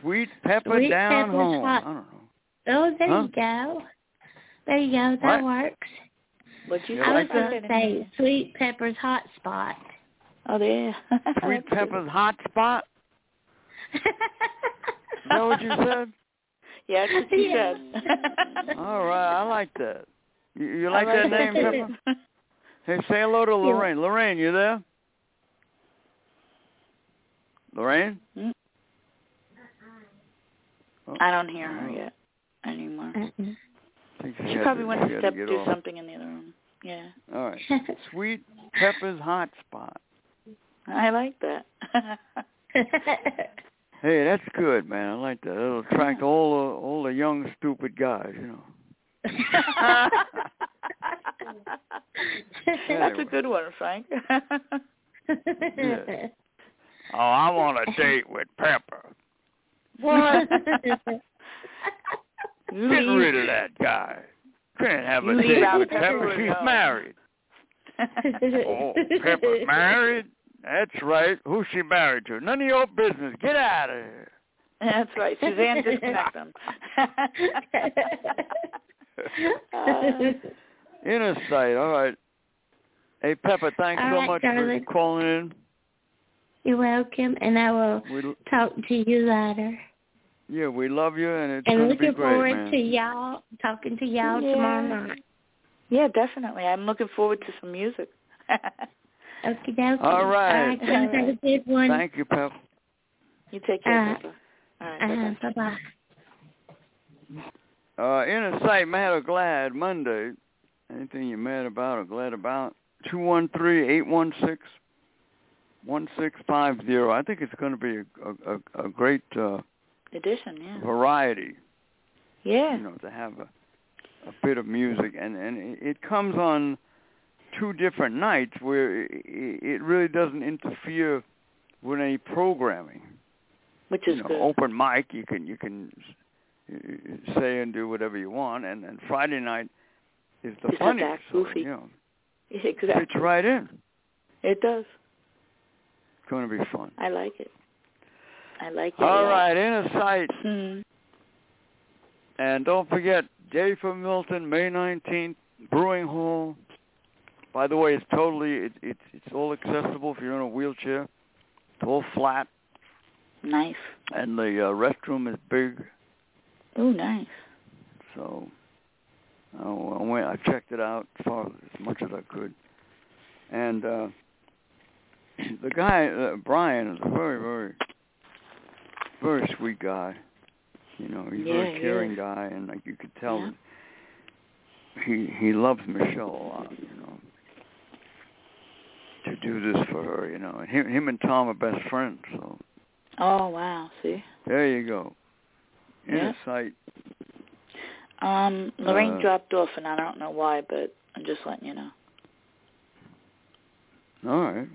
S2: Sweet Pepper
S6: Sweet
S2: Down
S6: Pepper's
S2: Home.
S6: Hot.
S2: I don't know.
S6: oh, there
S2: Huh?
S6: you go. There you go. That
S2: What?
S6: works.
S3: What'd you
S2: Yeah,
S3: say?
S6: I was
S2: like that?
S6: going to say Sweet Pepper's Hot Spot.
S3: Oh, there.
S2: Sweet Pepper's Hot Spot. Is that what you said?
S3: Yeah, that's what you
S6: Yeah.
S3: said.
S2: All right, I like that. You, you like
S3: I
S2: that name, Pepper? Hey, say hello to Lorraine. Lorraine, you there? Lorraine?
S3: I don't hear her yet anymore.
S6: Uh-uh.
S2: I think
S3: She
S2: had
S3: probably
S2: to-
S3: went
S2: she
S3: to
S2: had
S3: step
S2: get
S3: do
S2: off.
S3: something in the other room. Yeah.
S2: All right. Sweet Pepper's Hot Spot.
S3: I like that.
S2: Hey, that's good, man. I like that. It'll attract all the all the young stupid guys, you know.
S3: That's a good one, Frank.
S2: Yeah. Oh, I want a date with Pepper.
S3: You
S2: Get
S3: leave-
S2: rid of that guy. Can't have a
S3: You leave
S2: date
S3: out
S2: with
S3: Pepper
S2: Pepper.
S3: and
S2: She's
S3: go.
S2: married. Oh, Pepper's married. That's right. Who's she married to? None of your business. Get out of here.
S3: That's right. Suzanne disconnect them. Uh,
S2: Inner sight. All right. Hey, Pepper. Thanks
S6: All
S2: so
S6: right,
S2: much
S6: darling.
S2: for calling in.
S6: You're welcome, and I will
S2: We
S6: talk to you later.
S2: yeah, we love you, and it's
S6: And
S2: gonna be
S6: looking
S2: great,
S6: forward
S2: man.
S6: to y'all talking to y'all
S3: Yeah.
S6: tomorrow night.
S3: yeah, definitely. I'm looking forward to some music.
S6: Okie dokie.
S2: All right.
S6: All right, guys, have a good one.
S2: Thank you, Pepper.
S3: you take care,
S6: Uh,
S3: Pepper. All right, bye-bye.
S6: uh, bye bye.
S2: Uh, inner sight, mad or glad, Monday. Anything you're mad about or glad about? Two one three eight one six one six five zero. I think it's going to be a, a, a, a great uh,
S3: Edition, yeah.
S2: variety,
S3: Mm. Yeah.
S2: you know, to have a, a bit of music. And, and it- it comes on two different nights where it, it really doesn't interfere with any programming.
S3: Which is
S2: you know,
S3: good.
S2: open mic. You can you can uh, say and do whatever you want, and then Friday night is
S3: It's
S2: the
S3: the
S2: funniest.
S3: back
S2: so,
S3: goofy.
S2: you know,
S3: exactly.
S2: fits right in.
S3: It does.
S2: It's going to be fun.
S3: I like it. I like it.
S2: All
S3: a lot.
S2: right, Inner Sight.
S3: Mhm.
S2: And don't forget, J for Milton, May 19th, Brewing Hall. By the way, it's totally, it, it's it's all accessible if you're in a wheelchair. It's all flat,
S3: Nice.
S2: and the uh, restroom is big.
S3: Oh, nice.
S2: So I, I went, I checked it out as far as much as I could, and uh, the guy uh, Brian is a very, very, very sweet guy. You know, he's a
S3: Yeah,
S2: very
S3: he
S2: caring
S3: is.
S2: guy, and like you could tell,
S3: Yeah.
S2: he he loves Michelle a lot. You know, to do this for her. You know, and him, him and Tom are best friends. So
S3: Oh, wow. See?
S2: there you go.
S3: Yeah.
S2: Inner sight.
S3: Um, Lorraine
S2: Uh,
S3: dropped off, and I don't know why, but I'm just letting you know.
S2: All right.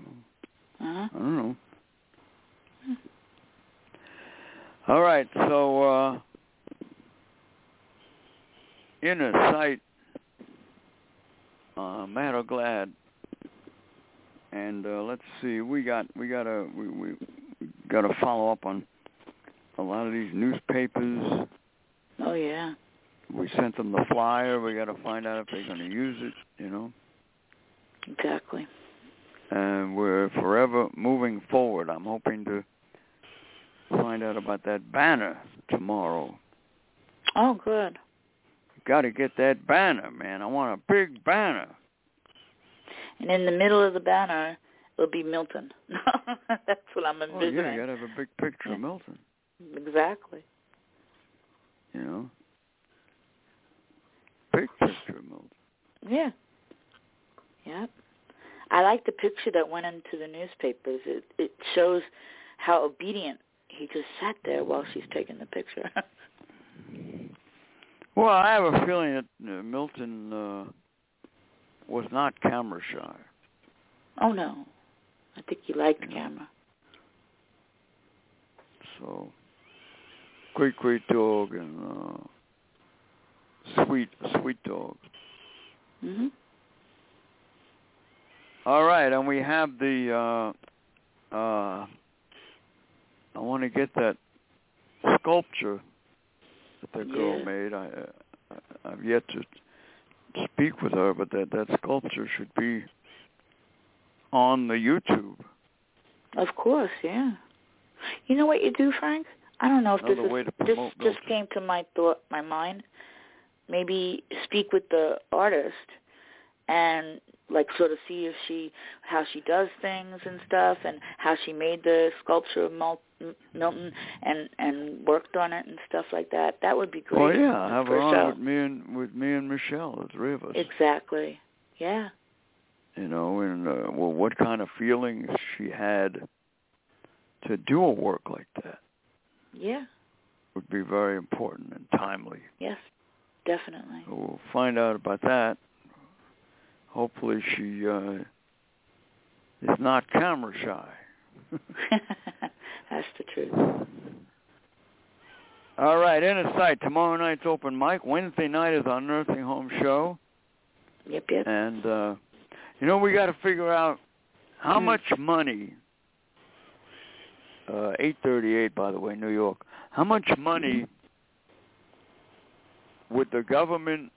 S3: Uh-huh.
S2: I don't know. All right, so uh, inner sight, uh, Matt O'Glad, and uh, let's see, we got we got to we, we got to follow up on a lot of these newspapers.
S3: Oh, yeah.
S2: We sent them the flyer. We got to find out if they're going to use it. You know.
S3: Exactly.
S2: and we're forever moving forward. I'm hoping to find out about that banner tomorrow.
S3: Oh, good.
S2: Got to get that banner, man. I want a big banner.
S3: And in the middle of the banner, it'll be Milton. That's what I'm
S2: Oh yeah, you
S3: envisioning.
S2: got to have a big picture of Milton.
S3: exactly.
S2: You know, big picture of Milton.
S3: Yeah. Yep. I like the picture that went into the newspapers. It it shows how obedient he just sat there while she's taking the picture.
S2: Well, I have a feeling that uh, Milton uh, was not camera shy.
S3: oh no. I think he liked the camera.
S2: So, great, great dog and uh, sweet, sweet dog.
S3: Mhm.
S2: All right, and we have the. Uh, uh, I want to get that sculpture that the girl
S3: Yeah.
S2: made. I, uh, I I've yet to speak with her, but that that sculpture should be on the YouTube.
S3: Of course, yeah. You know what you do, Frank? I don't know if
S2: Another
S3: this is
S2: way to
S3: this
S2: promote
S3: just
S2: Milton.
S3: came to my thought, my mind. Maybe speak with the artist and like sort of see if she how she does things and stuff and how she made the sculpture of Mil- Milton and and worked on it and stuff like that. That would be great.
S2: Well, Oh, yeah, have
S3: for
S2: her on
S3: show.
S2: with me and with me and Michelle, the three of us.
S3: Exactly. Yeah.
S2: you know, and uh, well, what kind of feelings she had to do a work like that
S3: Yeah.
S2: would be very important and timely.
S3: Yes. Definitely.
S2: So we'll find out about that. Hopefully she uh, is not camera shy.
S3: That's the truth.
S2: All right, Inner Sight. Tomorrow night's open mic. Wednesday night is our nursing home show.
S3: Yep, yep.
S2: And, uh, you know, we got to figure out how
S3: Hmm.
S2: much money, uh, 838, by the way, New York, how much money would the government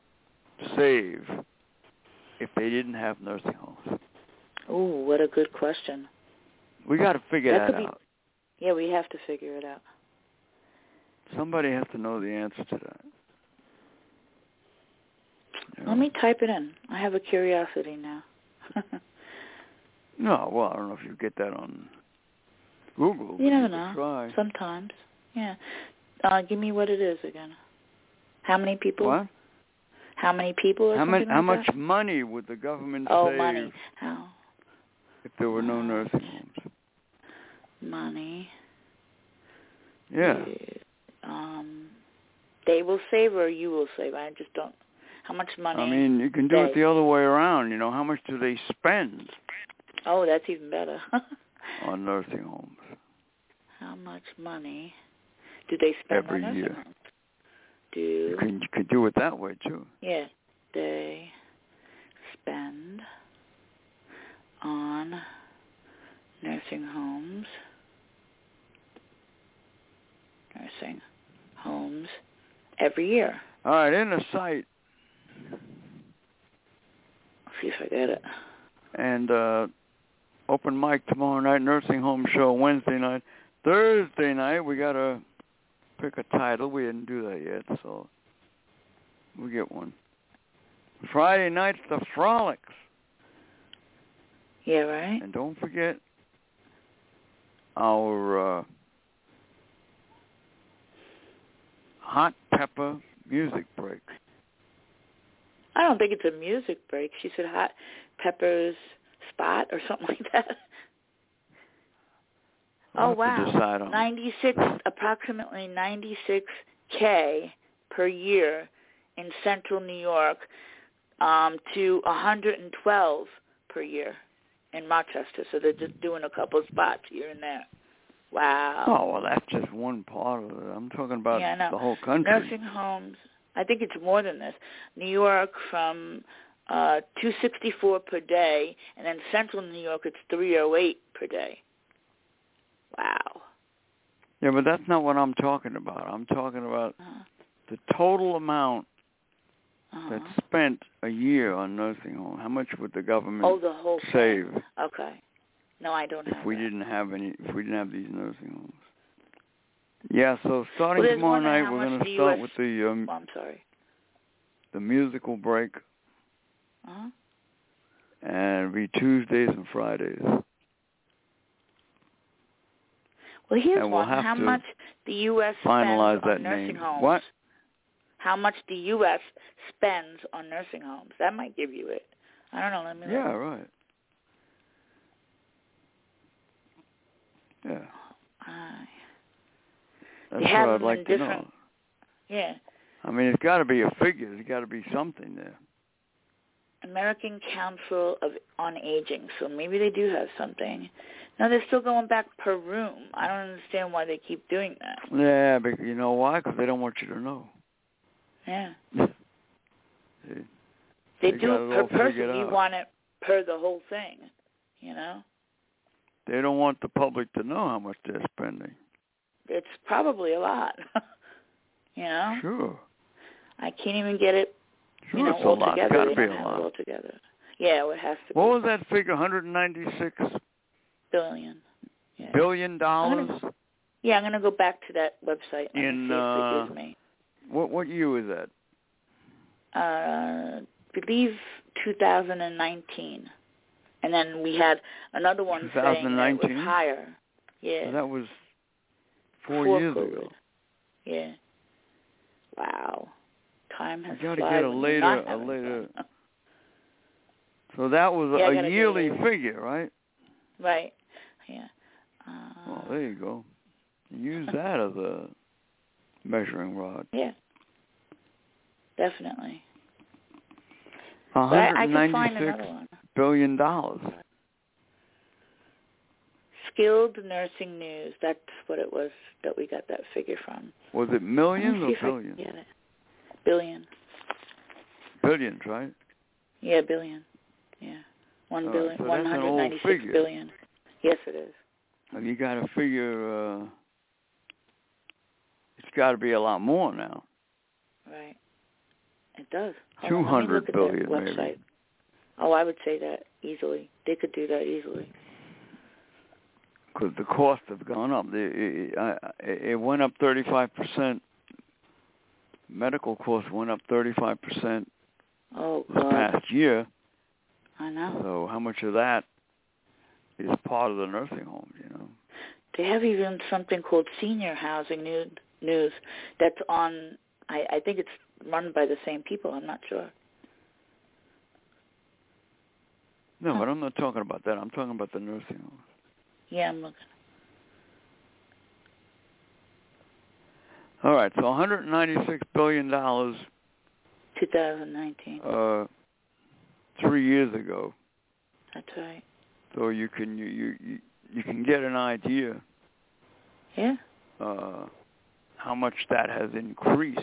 S2: save if they didn't have nursing homes? Eh.
S3: Ooh, what a good question.
S2: We got to figure
S3: That
S2: that,
S3: could be-
S2: out.
S3: Yeah, we have to figure it out.
S2: Somebody has to know the answer to that. You
S3: Let
S2: know?
S3: me type it in. I have a curiosity now.
S2: No, well, I don't know if you get that on Google. but
S3: You never
S2: could
S3: know.
S2: Try.
S3: Sometimes. Yeah. Uh, give me what it is again. How many people?
S2: What?
S3: How many people? Or
S2: How much?
S3: something
S2: How
S3: like
S2: much
S3: that?
S2: money would the government
S3: Oh,
S2: save
S3: money. How
S2: if there were no
S3: Uh,
S2: nursing homes?
S3: money?
S2: Yeah.
S3: Um, they will save or you will save. I just don't. How much money?
S2: I mean, you can do it
S3: they-
S2: the other way around. You know, how much do they spend
S3: oh, that's even better.
S2: on nursing homes?
S3: how much money do they spend
S2: Every
S3: on nursing
S2: year.
S3: homes?
S2: You
S3: Do
S2: can you could do it that way too.
S3: Yeah, they spend on nursing homes. every year.
S2: All right, in the site,
S3: See if I get it.
S2: and uh, open mic tomorrow night, nursing home show Wednesday night. Thursday night, we got to pick a title. We didn't do that yet, so we get one. Friday night's the Frolics.
S3: Yeah, right.
S2: And don't forget our uh, hot pepper music break.
S3: I don't think it's a music break. She said hot peppers spot or something like that.
S2: We'll
S3: Oh,
S2: have
S3: wow.
S2: To decide on.
S3: 96, approximately 96K per year in central New York um, to 112 per year in Rochester. So they're just doing a couple spots here and there. Wow.
S2: Oh well, that's just one part of it. I'm talking about
S3: Yeah, I know.
S2: the whole country.
S3: Nursing homes, I think it's more than this. New York from uh, 264 per day, and then central New York it's 308 per day. Wow.
S2: Yeah, but that's not what I'm talking about. I'm talking about
S3: Uh-huh.
S2: the total amount
S3: Uh-huh.
S2: that's spent a year on nursing home. How much would the government
S3: Oh, the whole thing.
S2: save
S3: Okay. No, I don't have
S2: if we
S3: that.
S2: didn't have any? If we didn't have these nursing homes? Yeah. So starting
S3: Well, there's
S2: tomorrow
S3: one on
S2: night,
S3: how
S2: we're
S3: much
S2: going
S3: the
S2: to start
S3: US
S2: with the um,
S3: Oh, I'm sorry.
S2: the musical break,
S3: Uh-huh.
S2: and it'll be Tuesdays and Fridays.
S3: Well, here's
S2: And we'll
S3: one.
S2: have
S3: How
S2: to
S3: much the U.S.
S2: finalize
S3: spends
S2: that
S3: on nursing
S2: name.
S3: homes?
S2: What?
S3: How much the U.S. spends on nursing homes? That might give you it. I don't know. Let me.
S2: Yeah,
S3: Look.
S2: right. Yeah,
S3: Uh,
S2: that's
S3: have
S2: what I'd
S3: them
S2: like
S3: in
S2: to
S3: different-
S2: know.
S3: yeah.
S2: I mean, it's got to be a figure. There's got to be something there.
S3: American Council of on Aging. So maybe they do have something. Now they're still going back per room. I don't understand why they keep doing that.
S2: Yeah, but you know why? Because they don't want you to know.
S3: Yeah.
S2: See?
S3: They,
S2: They
S3: do
S2: got it
S3: it per
S2: all
S3: person.
S2: figured
S3: You
S2: out.
S3: want it per the whole thing. You know.
S2: They don't want the public to know how much they're spending.
S3: It's probably a lot. you know.
S2: Sure,
S3: I can't even get it
S2: sure,
S3: you know,
S2: it's a
S3: all
S2: lot. It's
S3: together.
S2: got
S3: They
S2: to be
S3: don't
S2: a
S3: have it
S2: lot.
S3: all together. Yeah, it has to
S2: What
S3: be
S2: was that figure? 196
S3: billion. Yeah.
S2: billion dollars.
S3: yeah, I'm gonna go back to that website and
S2: In,
S3: see if it gives
S2: uh,
S3: me.
S2: What what year was that?
S3: Uh, believe 2019, and then we had another one saying that it
S2: 2019?
S3: was higher. Yeah,
S2: That was four
S3: before
S2: years
S3: COVID.
S2: ago.
S3: Yeah. Wow. Time has
S2: You gotta
S3: flies
S2: get a
S3: when you're not
S2: later- a
S3: having
S2: later-
S3: fun.
S2: So that was
S3: Yeah, I gotta
S2: a
S3: do
S2: yearly
S3: that.
S2: figure, right?
S3: right. Yeah. Uh,
S2: Well, there you go. Use that as a measuring rod.
S3: yeah. Definitely.
S2: One
S3: But
S2: hundred
S3: I, I
S2: and
S3: can find
S2: ninety-six
S3: another one.
S2: billion dollars.
S3: Skilled Nursing News. That's what it was that we got that figure from.
S2: Was it
S3: Let me
S2: millions
S3: see
S2: or
S3: if I can
S2: billions?
S3: Get it. Billion.
S2: Billions, right?
S3: Yeah, billion. Yeah. One
S2: All right,
S3: billion.
S2: Uh, so that's
S3: One
S2: an old
S3: hundred ninety-six
S2: figure.
S3: billion. Yes, it is.
S2: And you got to figure uh, it's got to be a lot more now.
S3: Right. It does. Hold on, let me
S2: 200
S3: look at that
S2: billion, maybe.
S3: website. Oh, I would say that easily. They could do that easily.
S2: because the cost have gone up. It, it, I- it went up 35%. Medical costs went up 35%
S3: Oh,
S2: this
S3: God.
S2: past year.
S3: I know.
S2: So how much of that is part of the nursing homes, you know?
S3: They have even something called Senior Housing New- News that's on, I, I think it's run by the same people. I'm not sure.
S2: No, but I'm not talking about that. I'm talking about the nursing homes.
S3: Yeah, I'm looking.
S2: All right, so 196 billion dollars
S3: 2019.
S2: uh 3 years ago.
S3: That's right.
S2: So you can you you you- you can get an idea
S3: Yeah.
S2: uh how much that has increased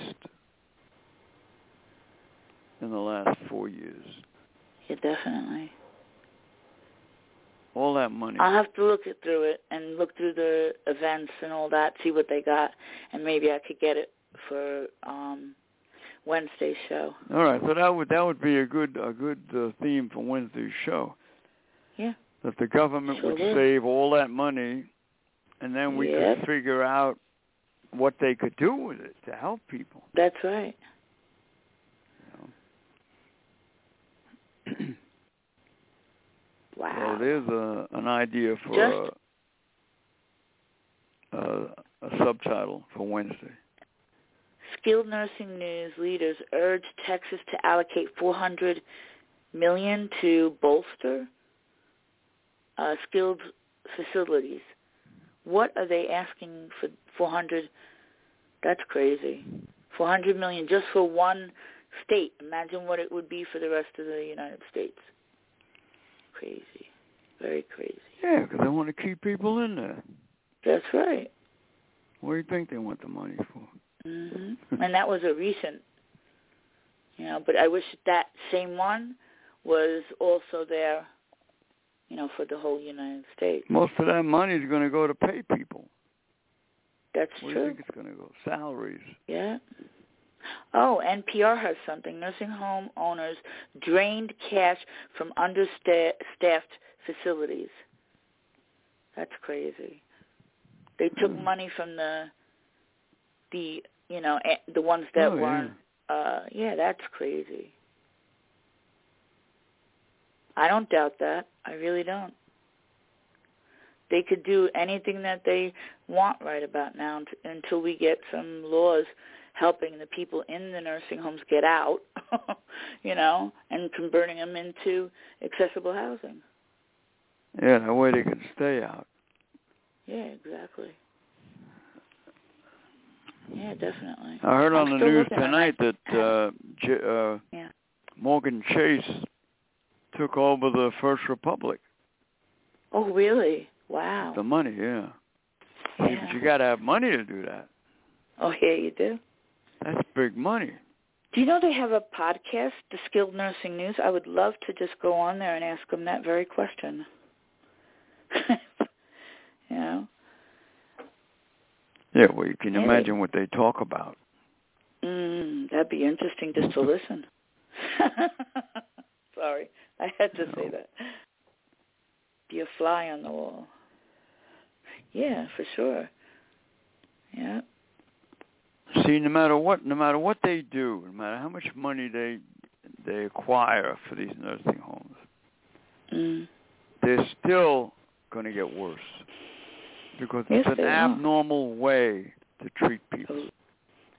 S2: in the last 4 years.
S3: Yeah, definitely.
S2: All that money.
S3: I'll have to look it through it and look through the events and all that, see what they got, and maybe I could get it for um Wednesday's show.
S2: All right, so that would that would be a good a good uh, theme for Wednesday's show.
S3: Yeah.
S2: That the government
S3: Sure
S2: would
S3: would.
S2: save all that money, and then we
S3: Yep.
S2: could figure out what they could do with it to help people.
S3: That's right. Wow.
S2: So there's a an idea for
S3: Just-
S2: a, a, a subtitle for Wednesday.
S3: Skilled nursing news leaders urge Texas to allocate 400 million to bolster uh, skilled facilities. What are they asking for 400? That's crazy. 400 million just for one state. Imagine what it would be for the rest of the United States. Crazy. Very crazy.
S2: Yeah, because they want to keep people in there.
S3: That's right.
S2: What do you think they want the money for?
S3: hmm And that was a recent, you know. But I wish that same one was also there, you know, for the whole United States.
S2: Most of that money is going to go to pay people.
S3: That's
S2: Where do you
S3: true.
S2: think it's going to go? Salaries.
S3: Yeah. Oh, NPR has something. Nursing home owners drained cash from understaffed facilities. That's crazy. They took
S2: Hmm.
S3: money from the the you know a- the ones that
S2: Oh, yeah.
S3: weren't. Uh, yeah, that's crazy. I don't doubt that. I really don't. They could do anything that they want right about now unt- until we get some laws helping the people in the nursing homes get out, you know, and converting them into accessible housing.
S2: Yeah, that way they can stay out.
S3: Yeah, exactly. Yeah, definitely.
S2: I heard
S3: I'm
S2: on the
S3: still
S2: news
S3: looking at
S2: tonight
S3: that.
S2: that uh, J- uh,
S3: Yeah.
S2: Morgan Chase took over the First Republic.
S3: Oh, really? Wow.
S2: The money, yeah. See,
S3: yeah.
S2: But you got to have money to do that.
S3: oh, yeah, you do.
S2: That's big money.
S3: Do you know they have a podcast, The Skilled Nursing News? I would love to just go on there and ask them that very question. you know?
S2: Yeah, well, you can
S3: Yeah.
S2: imagine what they talk about.
S3: Mm, that'd be interesting just to listen. Sorry, I had to say that. Be a fly on the wall. Yeah, for sure. Yeah.
S2: See, no matter what, no matter what they do, no matter how much money they they acquire for these nursing homes,
S3: Mm.
S2: they're still going to get worse because
S3: Yes,
S2: it's
S3: they
S2: an
S3: are.
S2: abnormal way to treat people.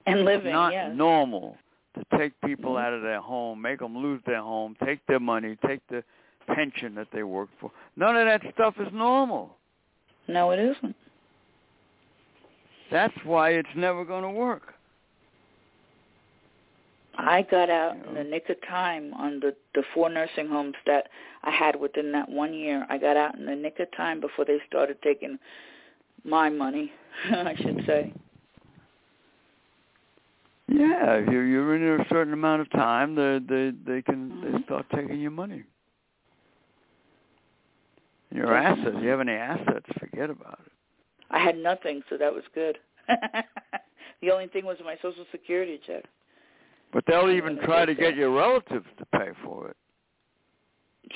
S3: And living,
S2: it's not
S3: yes.
S2: normal to take people
S3: Mhm.
S2: out of their home, make them lose their home, take their money, take the pension that they work for. None of that stuff is normal.
S3: No, it isn't.
S2: That's why it's never going to work.
S3: I got out in
S2: Yeah.
S3: the nick of time on the the four nursing homes that I had within that one year. I got out in the nick of time before they started taking my money, I should say.
S2: Yeah, if you you're in a certain amount of time, they they they can they
S3: Mhm.
S2: start taking your money. Your
S3: Definitely.
S2: assets. You have any assets? Forget about it.
S3: I had nothing, so that was good. the only thing was my social security check.
S2: But they'll
S3: Yeah,
S2: even
S3: that's
S2: try to
S3: it.
S2: get your relatives to pay for it.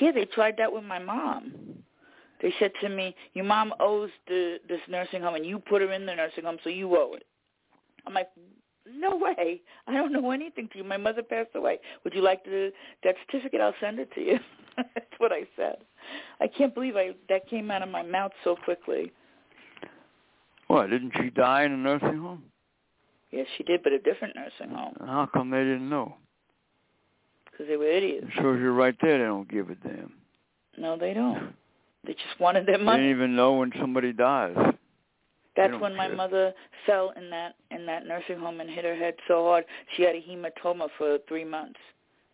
S3: Yeah, they tried that with my mom. They said to me, "Your mom owes the this nursing home, and you put her in the nursing home, so you owe it." I'm like, "No way! I don't know anything to you. My mother passed away. Would you like the that certificate? I'll send it to you." That's what I said. I can't believe I that came out of my mouth so quickly.
S2: What? Didn't she die in a nursing home?
S3: Yes, she did, but a different nursing home
S2: And How come they didn't know?
S3: because they were idiots.
S2: It shows you right there they don't give a damn.
S3: No, they don't. They just wanted their
S2: They
S3: money.
S2: didn't even know when somebody dies.
S3: That's
S2: don't
S3: when my
S2: care.
S3: mother fell in that in that nursing home and hit her head so hard she had a hematoma for three months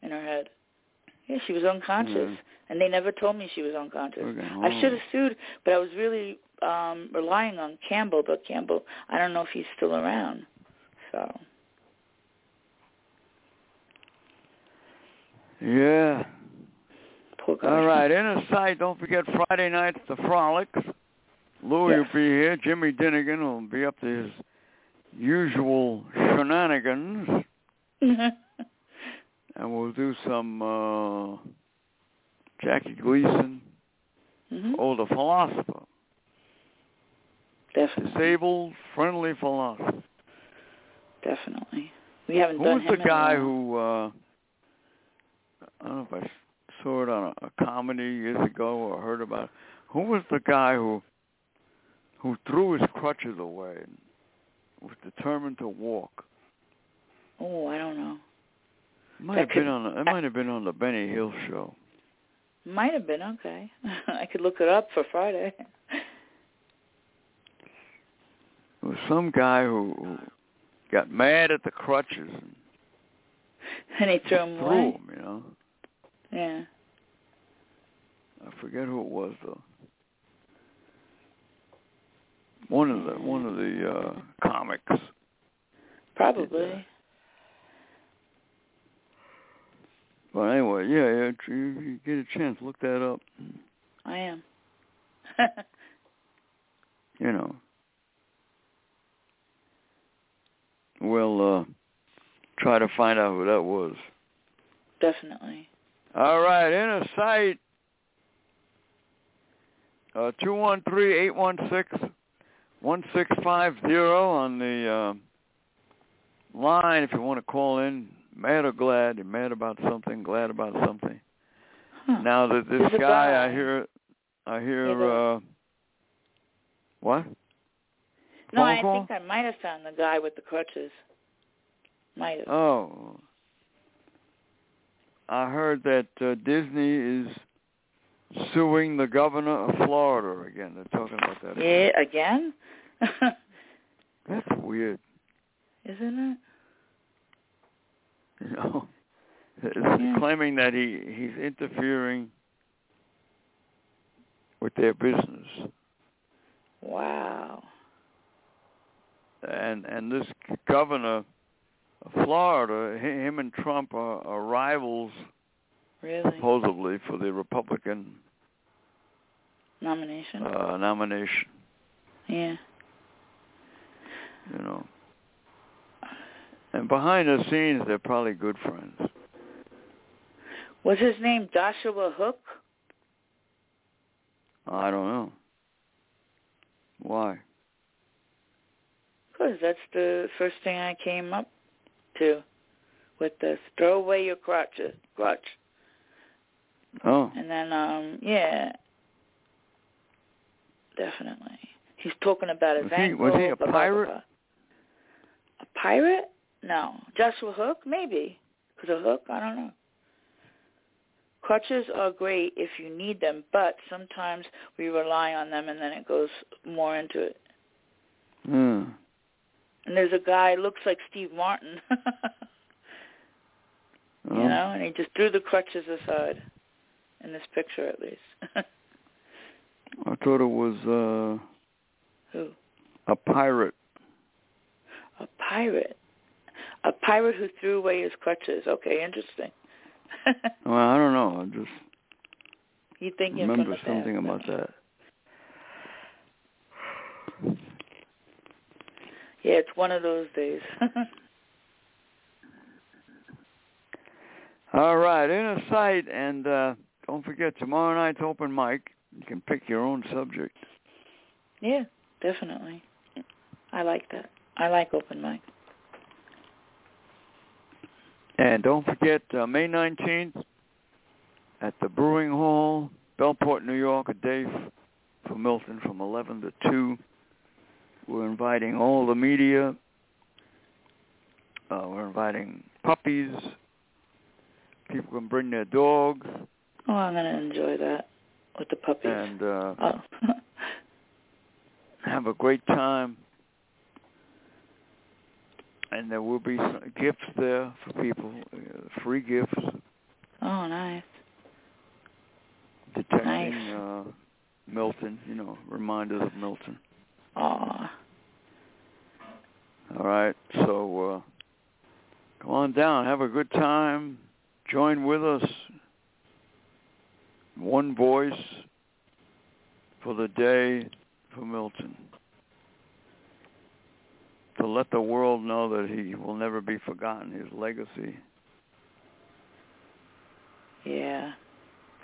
S3: in her head. Yeah, she was unconscious,
S2: Mhm.
S3: and they never told me she was unconscious.
S2: Okay,
S3: I should have
S2: well,
S3: sued, but I was really um relying on Campbell. But Campbell, I don't know if he's still around. So
S2: Yeah.
S3: poor guy.
S2: All right, Inner Sight, don't forget Friday nights, the Frolics. Louie
S3: Yes.
S2: will be here. Jimmy Dinnigan will be up to his usual shenanigans.
S3: Mm-hmm.
S2: and we'll do some uh, Jackie Gleason,
S3: Mm-hmm.
S2: oh, the philosopher,
S3: Definitely.
S2: disabled friendly philosopher.
S3: Definitely. We haven't
S2: Who
S3: done
S2: was
S3: him
S2: the
S3: in a
S2: guy
S3: while.
S2: who? Uh, I don't know if I saw it on a, a comedy years ago or heard about. It. Who was the guy who who threw his crutches away and was determined to walk?
S3: Oh, I don't know.
S2: It might
S3: That
S2: have been
S3: could-
S2: on. The, it might have been on the Benny Hill show.
S3: Might have been okay. I could look it up for Friday.
S2: It was some guy who, who got mad at the crutches and
S3: and he threw him
S2: threw
S3: away.
S2: them. You know,
S3: Yeah.
S2: I forget who it was though. One of the one of the uh, comics.
S3: Probably.
S2: But anyway, yeah, yeah, if you you get a chance, look that up.
S3: I am.
S2: You know. We'll uh, try to find out who that was.
S3: Definitely.
S2: All right, in a sight. Uh, 213-816-1650 on the uh, line if you want to call in. Mad or glad? You're mad about something, glad about something.
S3: Huh.
S2: Now that this
S3: There's a
S2: guy, I
S3: guy.
S2: hear, I
S3: There's a-
S2: hear, uh, what?
S3: no,
S2: phone
S3: I
S2: call?
S3: think I might have found the guy with the crutches. Might have.
S2: Oh, I heard that uh, Disney is suing the governor of Florida again. They're talking about that.
S3: yeah,
S2: again.
S3: again?
S2: That's weird.
S3: Isn't it?
S2: You know, It's
S3: Yeah.
S2: claiming that he he's interfering with their business,
S3: Wow.
S2: and and this governor of Florida, hi- him and Trump are, are rivals
S3: Really?
S2: supposedly for the Republican
S3: Nomination?
S2: uh, nomination.
S3: yeah.
S2: you know. And behind the scenes, they're probably good friends.
S3: Was his name Joshua Hook?
S2: I don't know. Why?
S3: Because that's the first thing I came up to with this. Throw away your crutches, crutch.
S2: Oh,
S3: And then, um, yeah, definitely. He's talking about his
S2: Was he-
S3: ankle.
S2: was he a
S3: blah, blah, blah,
S2: pirate?
S3: blah. A pirate? No. Joshua Hook? Maybe. Because a hook? I don't know. Crutches are great if you need them, but sometimes we rely on them and then it goes more into it.
S2: yeah.
S3: And there's a guy, looks like Steve Martin,
S2: Oh.
S3: you know, and he just threw the crutches aside, in this picture at least.
S2: I thought it was
S3: Who?
S2: uh, a pirate.
S3: A pirate. A pirate who threw away his crutches. Okay, interesting.
S2: Well, I don't know. I just
S3: you thinking from
S2: remember
S3: the
S2: something
S3: past.
S2: about that.
S3: Yeah, it's one of those days.
S2: All right, inner sight, and uh, don't forget tomorrow night's open mic. You can pick your own subject.
S3: yeah, definitely. I like that. I like open mic.
S2: And don't forget uh, May 19th at the Brewing Hall, Bellport, New York, a day f- for Milton from 11 to 2. We're inviting all the media. Uh, we're inviting puppies. People can bring their dogs.
S3: Oh, I'm gonna enjoy that with the puppies.
S2: And uh,
S3: oh,
S2: have a great time. And there will be some gifts there for people, uh, free gifts,
S3: oh, nice.
S2: detecting
S3: Nice.
S2: uh, Milton, you know, reminders of Milton.
S3: Oh,
S2: All right, so uh, come on down, have a good time, join with us, one voice for the day for Milton, to let the world know that he will never be forgotten, his legacy
S3: Yeah.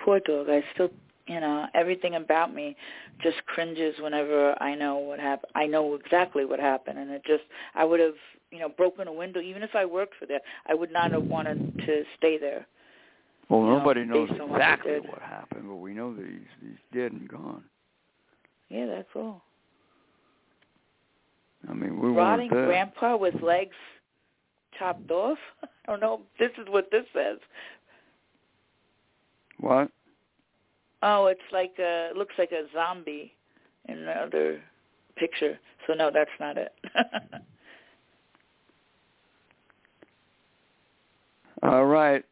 S3: Poor dog. I still, you know, everything about me just cringes whenever I know what happened. I know exactly what happened, and it just, I would have, you know, broken a window. Even if I worked for that, I would not have wanted to stay there.
S2: Well,
S3: You know,
S2: nobody knows
S3: based on what they
S2: exactly
S3: did.
S2: what happened, but we know that he's, he's dead and gone.
S3: Yeah, that's all.
S2: I mean, we
S3: Rotting
S2: weren't there.
S3: grandpa with legs chopped off. I don't know. This is what this says.
S2: what?
S3: Oh, it's like a it looks like a zombie in another picture. So no, that's not it.
S2: All right.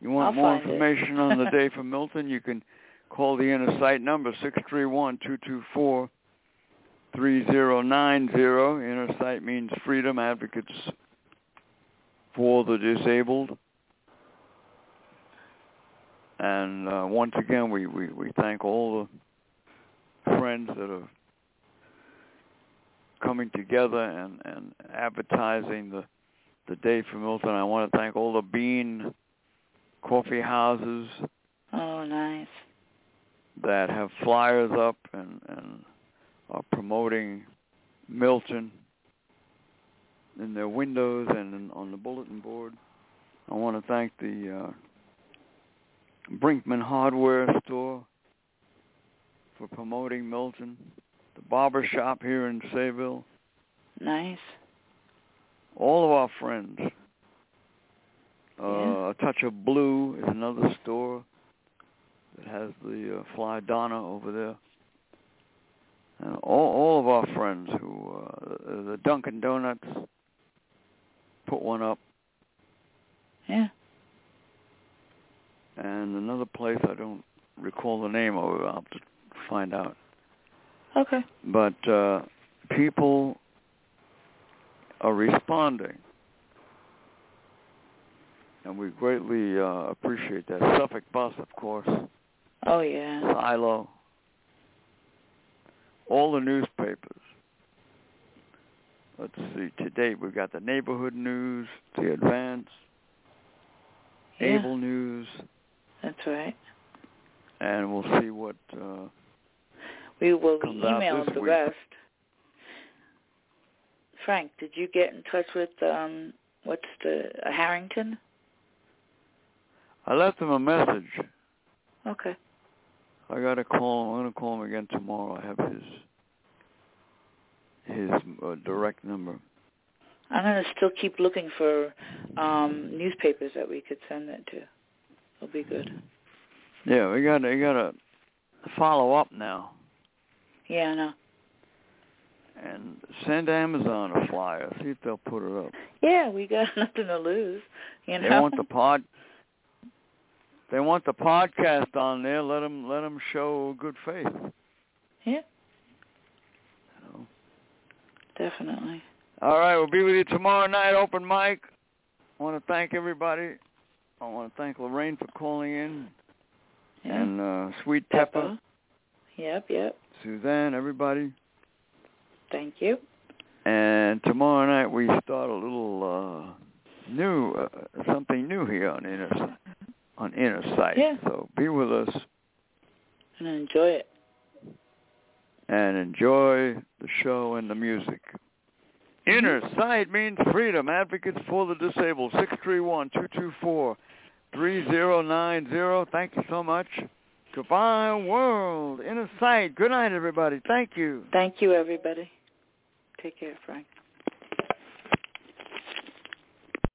S2: You want
S3: I'll
S2: more
S3: find it.
S2: information on the day for Milton? You can call the inner site number six three one two two four three zero nine zero. Inner site means Freedom Advocates for the Disabled. And uh, once again, we, we, we thank all the friends that are coming together and, and advertising the the day for Milton. I want to thank all the bean coffee houses
S3: oh, nice.
S2: that have flyers up and, and are promoting Milton in their windows and in, on the bulletin board. I want to thank the uh, Brinkman Hardware Store for promoting Milton, the barber shop here in Sayville,
S3: Nice.
S2: all of our friends. Uh,
S3: Yeah.
S2: A Touch of Blue is another store that has the uh, Fly Donna over there. And all, all of our friends who, uh, the Dunkin' Donuts put one up,
S3: Yeah.
S2: and another place I don't recall the name of. I'll have to find out.
S3: Okay.
S2: but uh, people are responding, and we greatly uh, appreciate that. Suffolk Bus, of course,
S3: Oh yeah.
S2: Silo, all the newspapers. Let's see. Today we've got the Neighborhood News, the Advance,
S3: Yeah.
S2: Able News,
S3: That's right.
S2: and we'll see what. Uh,
S3: We will
S2: Comes out
S3: email
S2: this
S3: the
S2: week.
S3: rest. Frank, did you get in touch with um what's the uh, Harrington?
S2: I left them a message.
S3: Okay.
S2: I gotta call. I'm gonna call him again tomorrow. I have his his uh, direct number.
S3: I'm gonna still keep looking for um newspapers that we could send that to. It'll be good.
S2: Yeah, we gotta we gotta follow up now
S3: Yeah, I know.
S2: and send Amazon a flyer. See if they'll put it up.
S3: Yeah, we got nothing to lose. You know.
S2: They want the pod. They want the podcast on there. Let them let them show good faith.
S3: Yeah,
S2: You know?
S3: definitely.
S2: All right, we'll be with you tomorrow night, open mic. I want to thank everybody. I want to thank Lorraine for calling in
S3: Yeah.
S2: and uh, Sweet Pepper.
S3: Yep, yep.
S2: Suzanne, everybody.
S3: Thank you.
S2: And tomorrow night we start a little uh, new, uh, something new here on Inner Si- on Inner Sight.
S3: Yeah.
S2: So be with us
S3: And enjoy it.
S2: and enjoy the show and the music. Inner Sight means freedom. Advocates for the disabled. Six three one two two four three zero nine zero. Thank you so much. Goodbye, world. Inner Sight. Good night, everybody. Thank you.
S3: Thank you, everybody. Take care, Frank.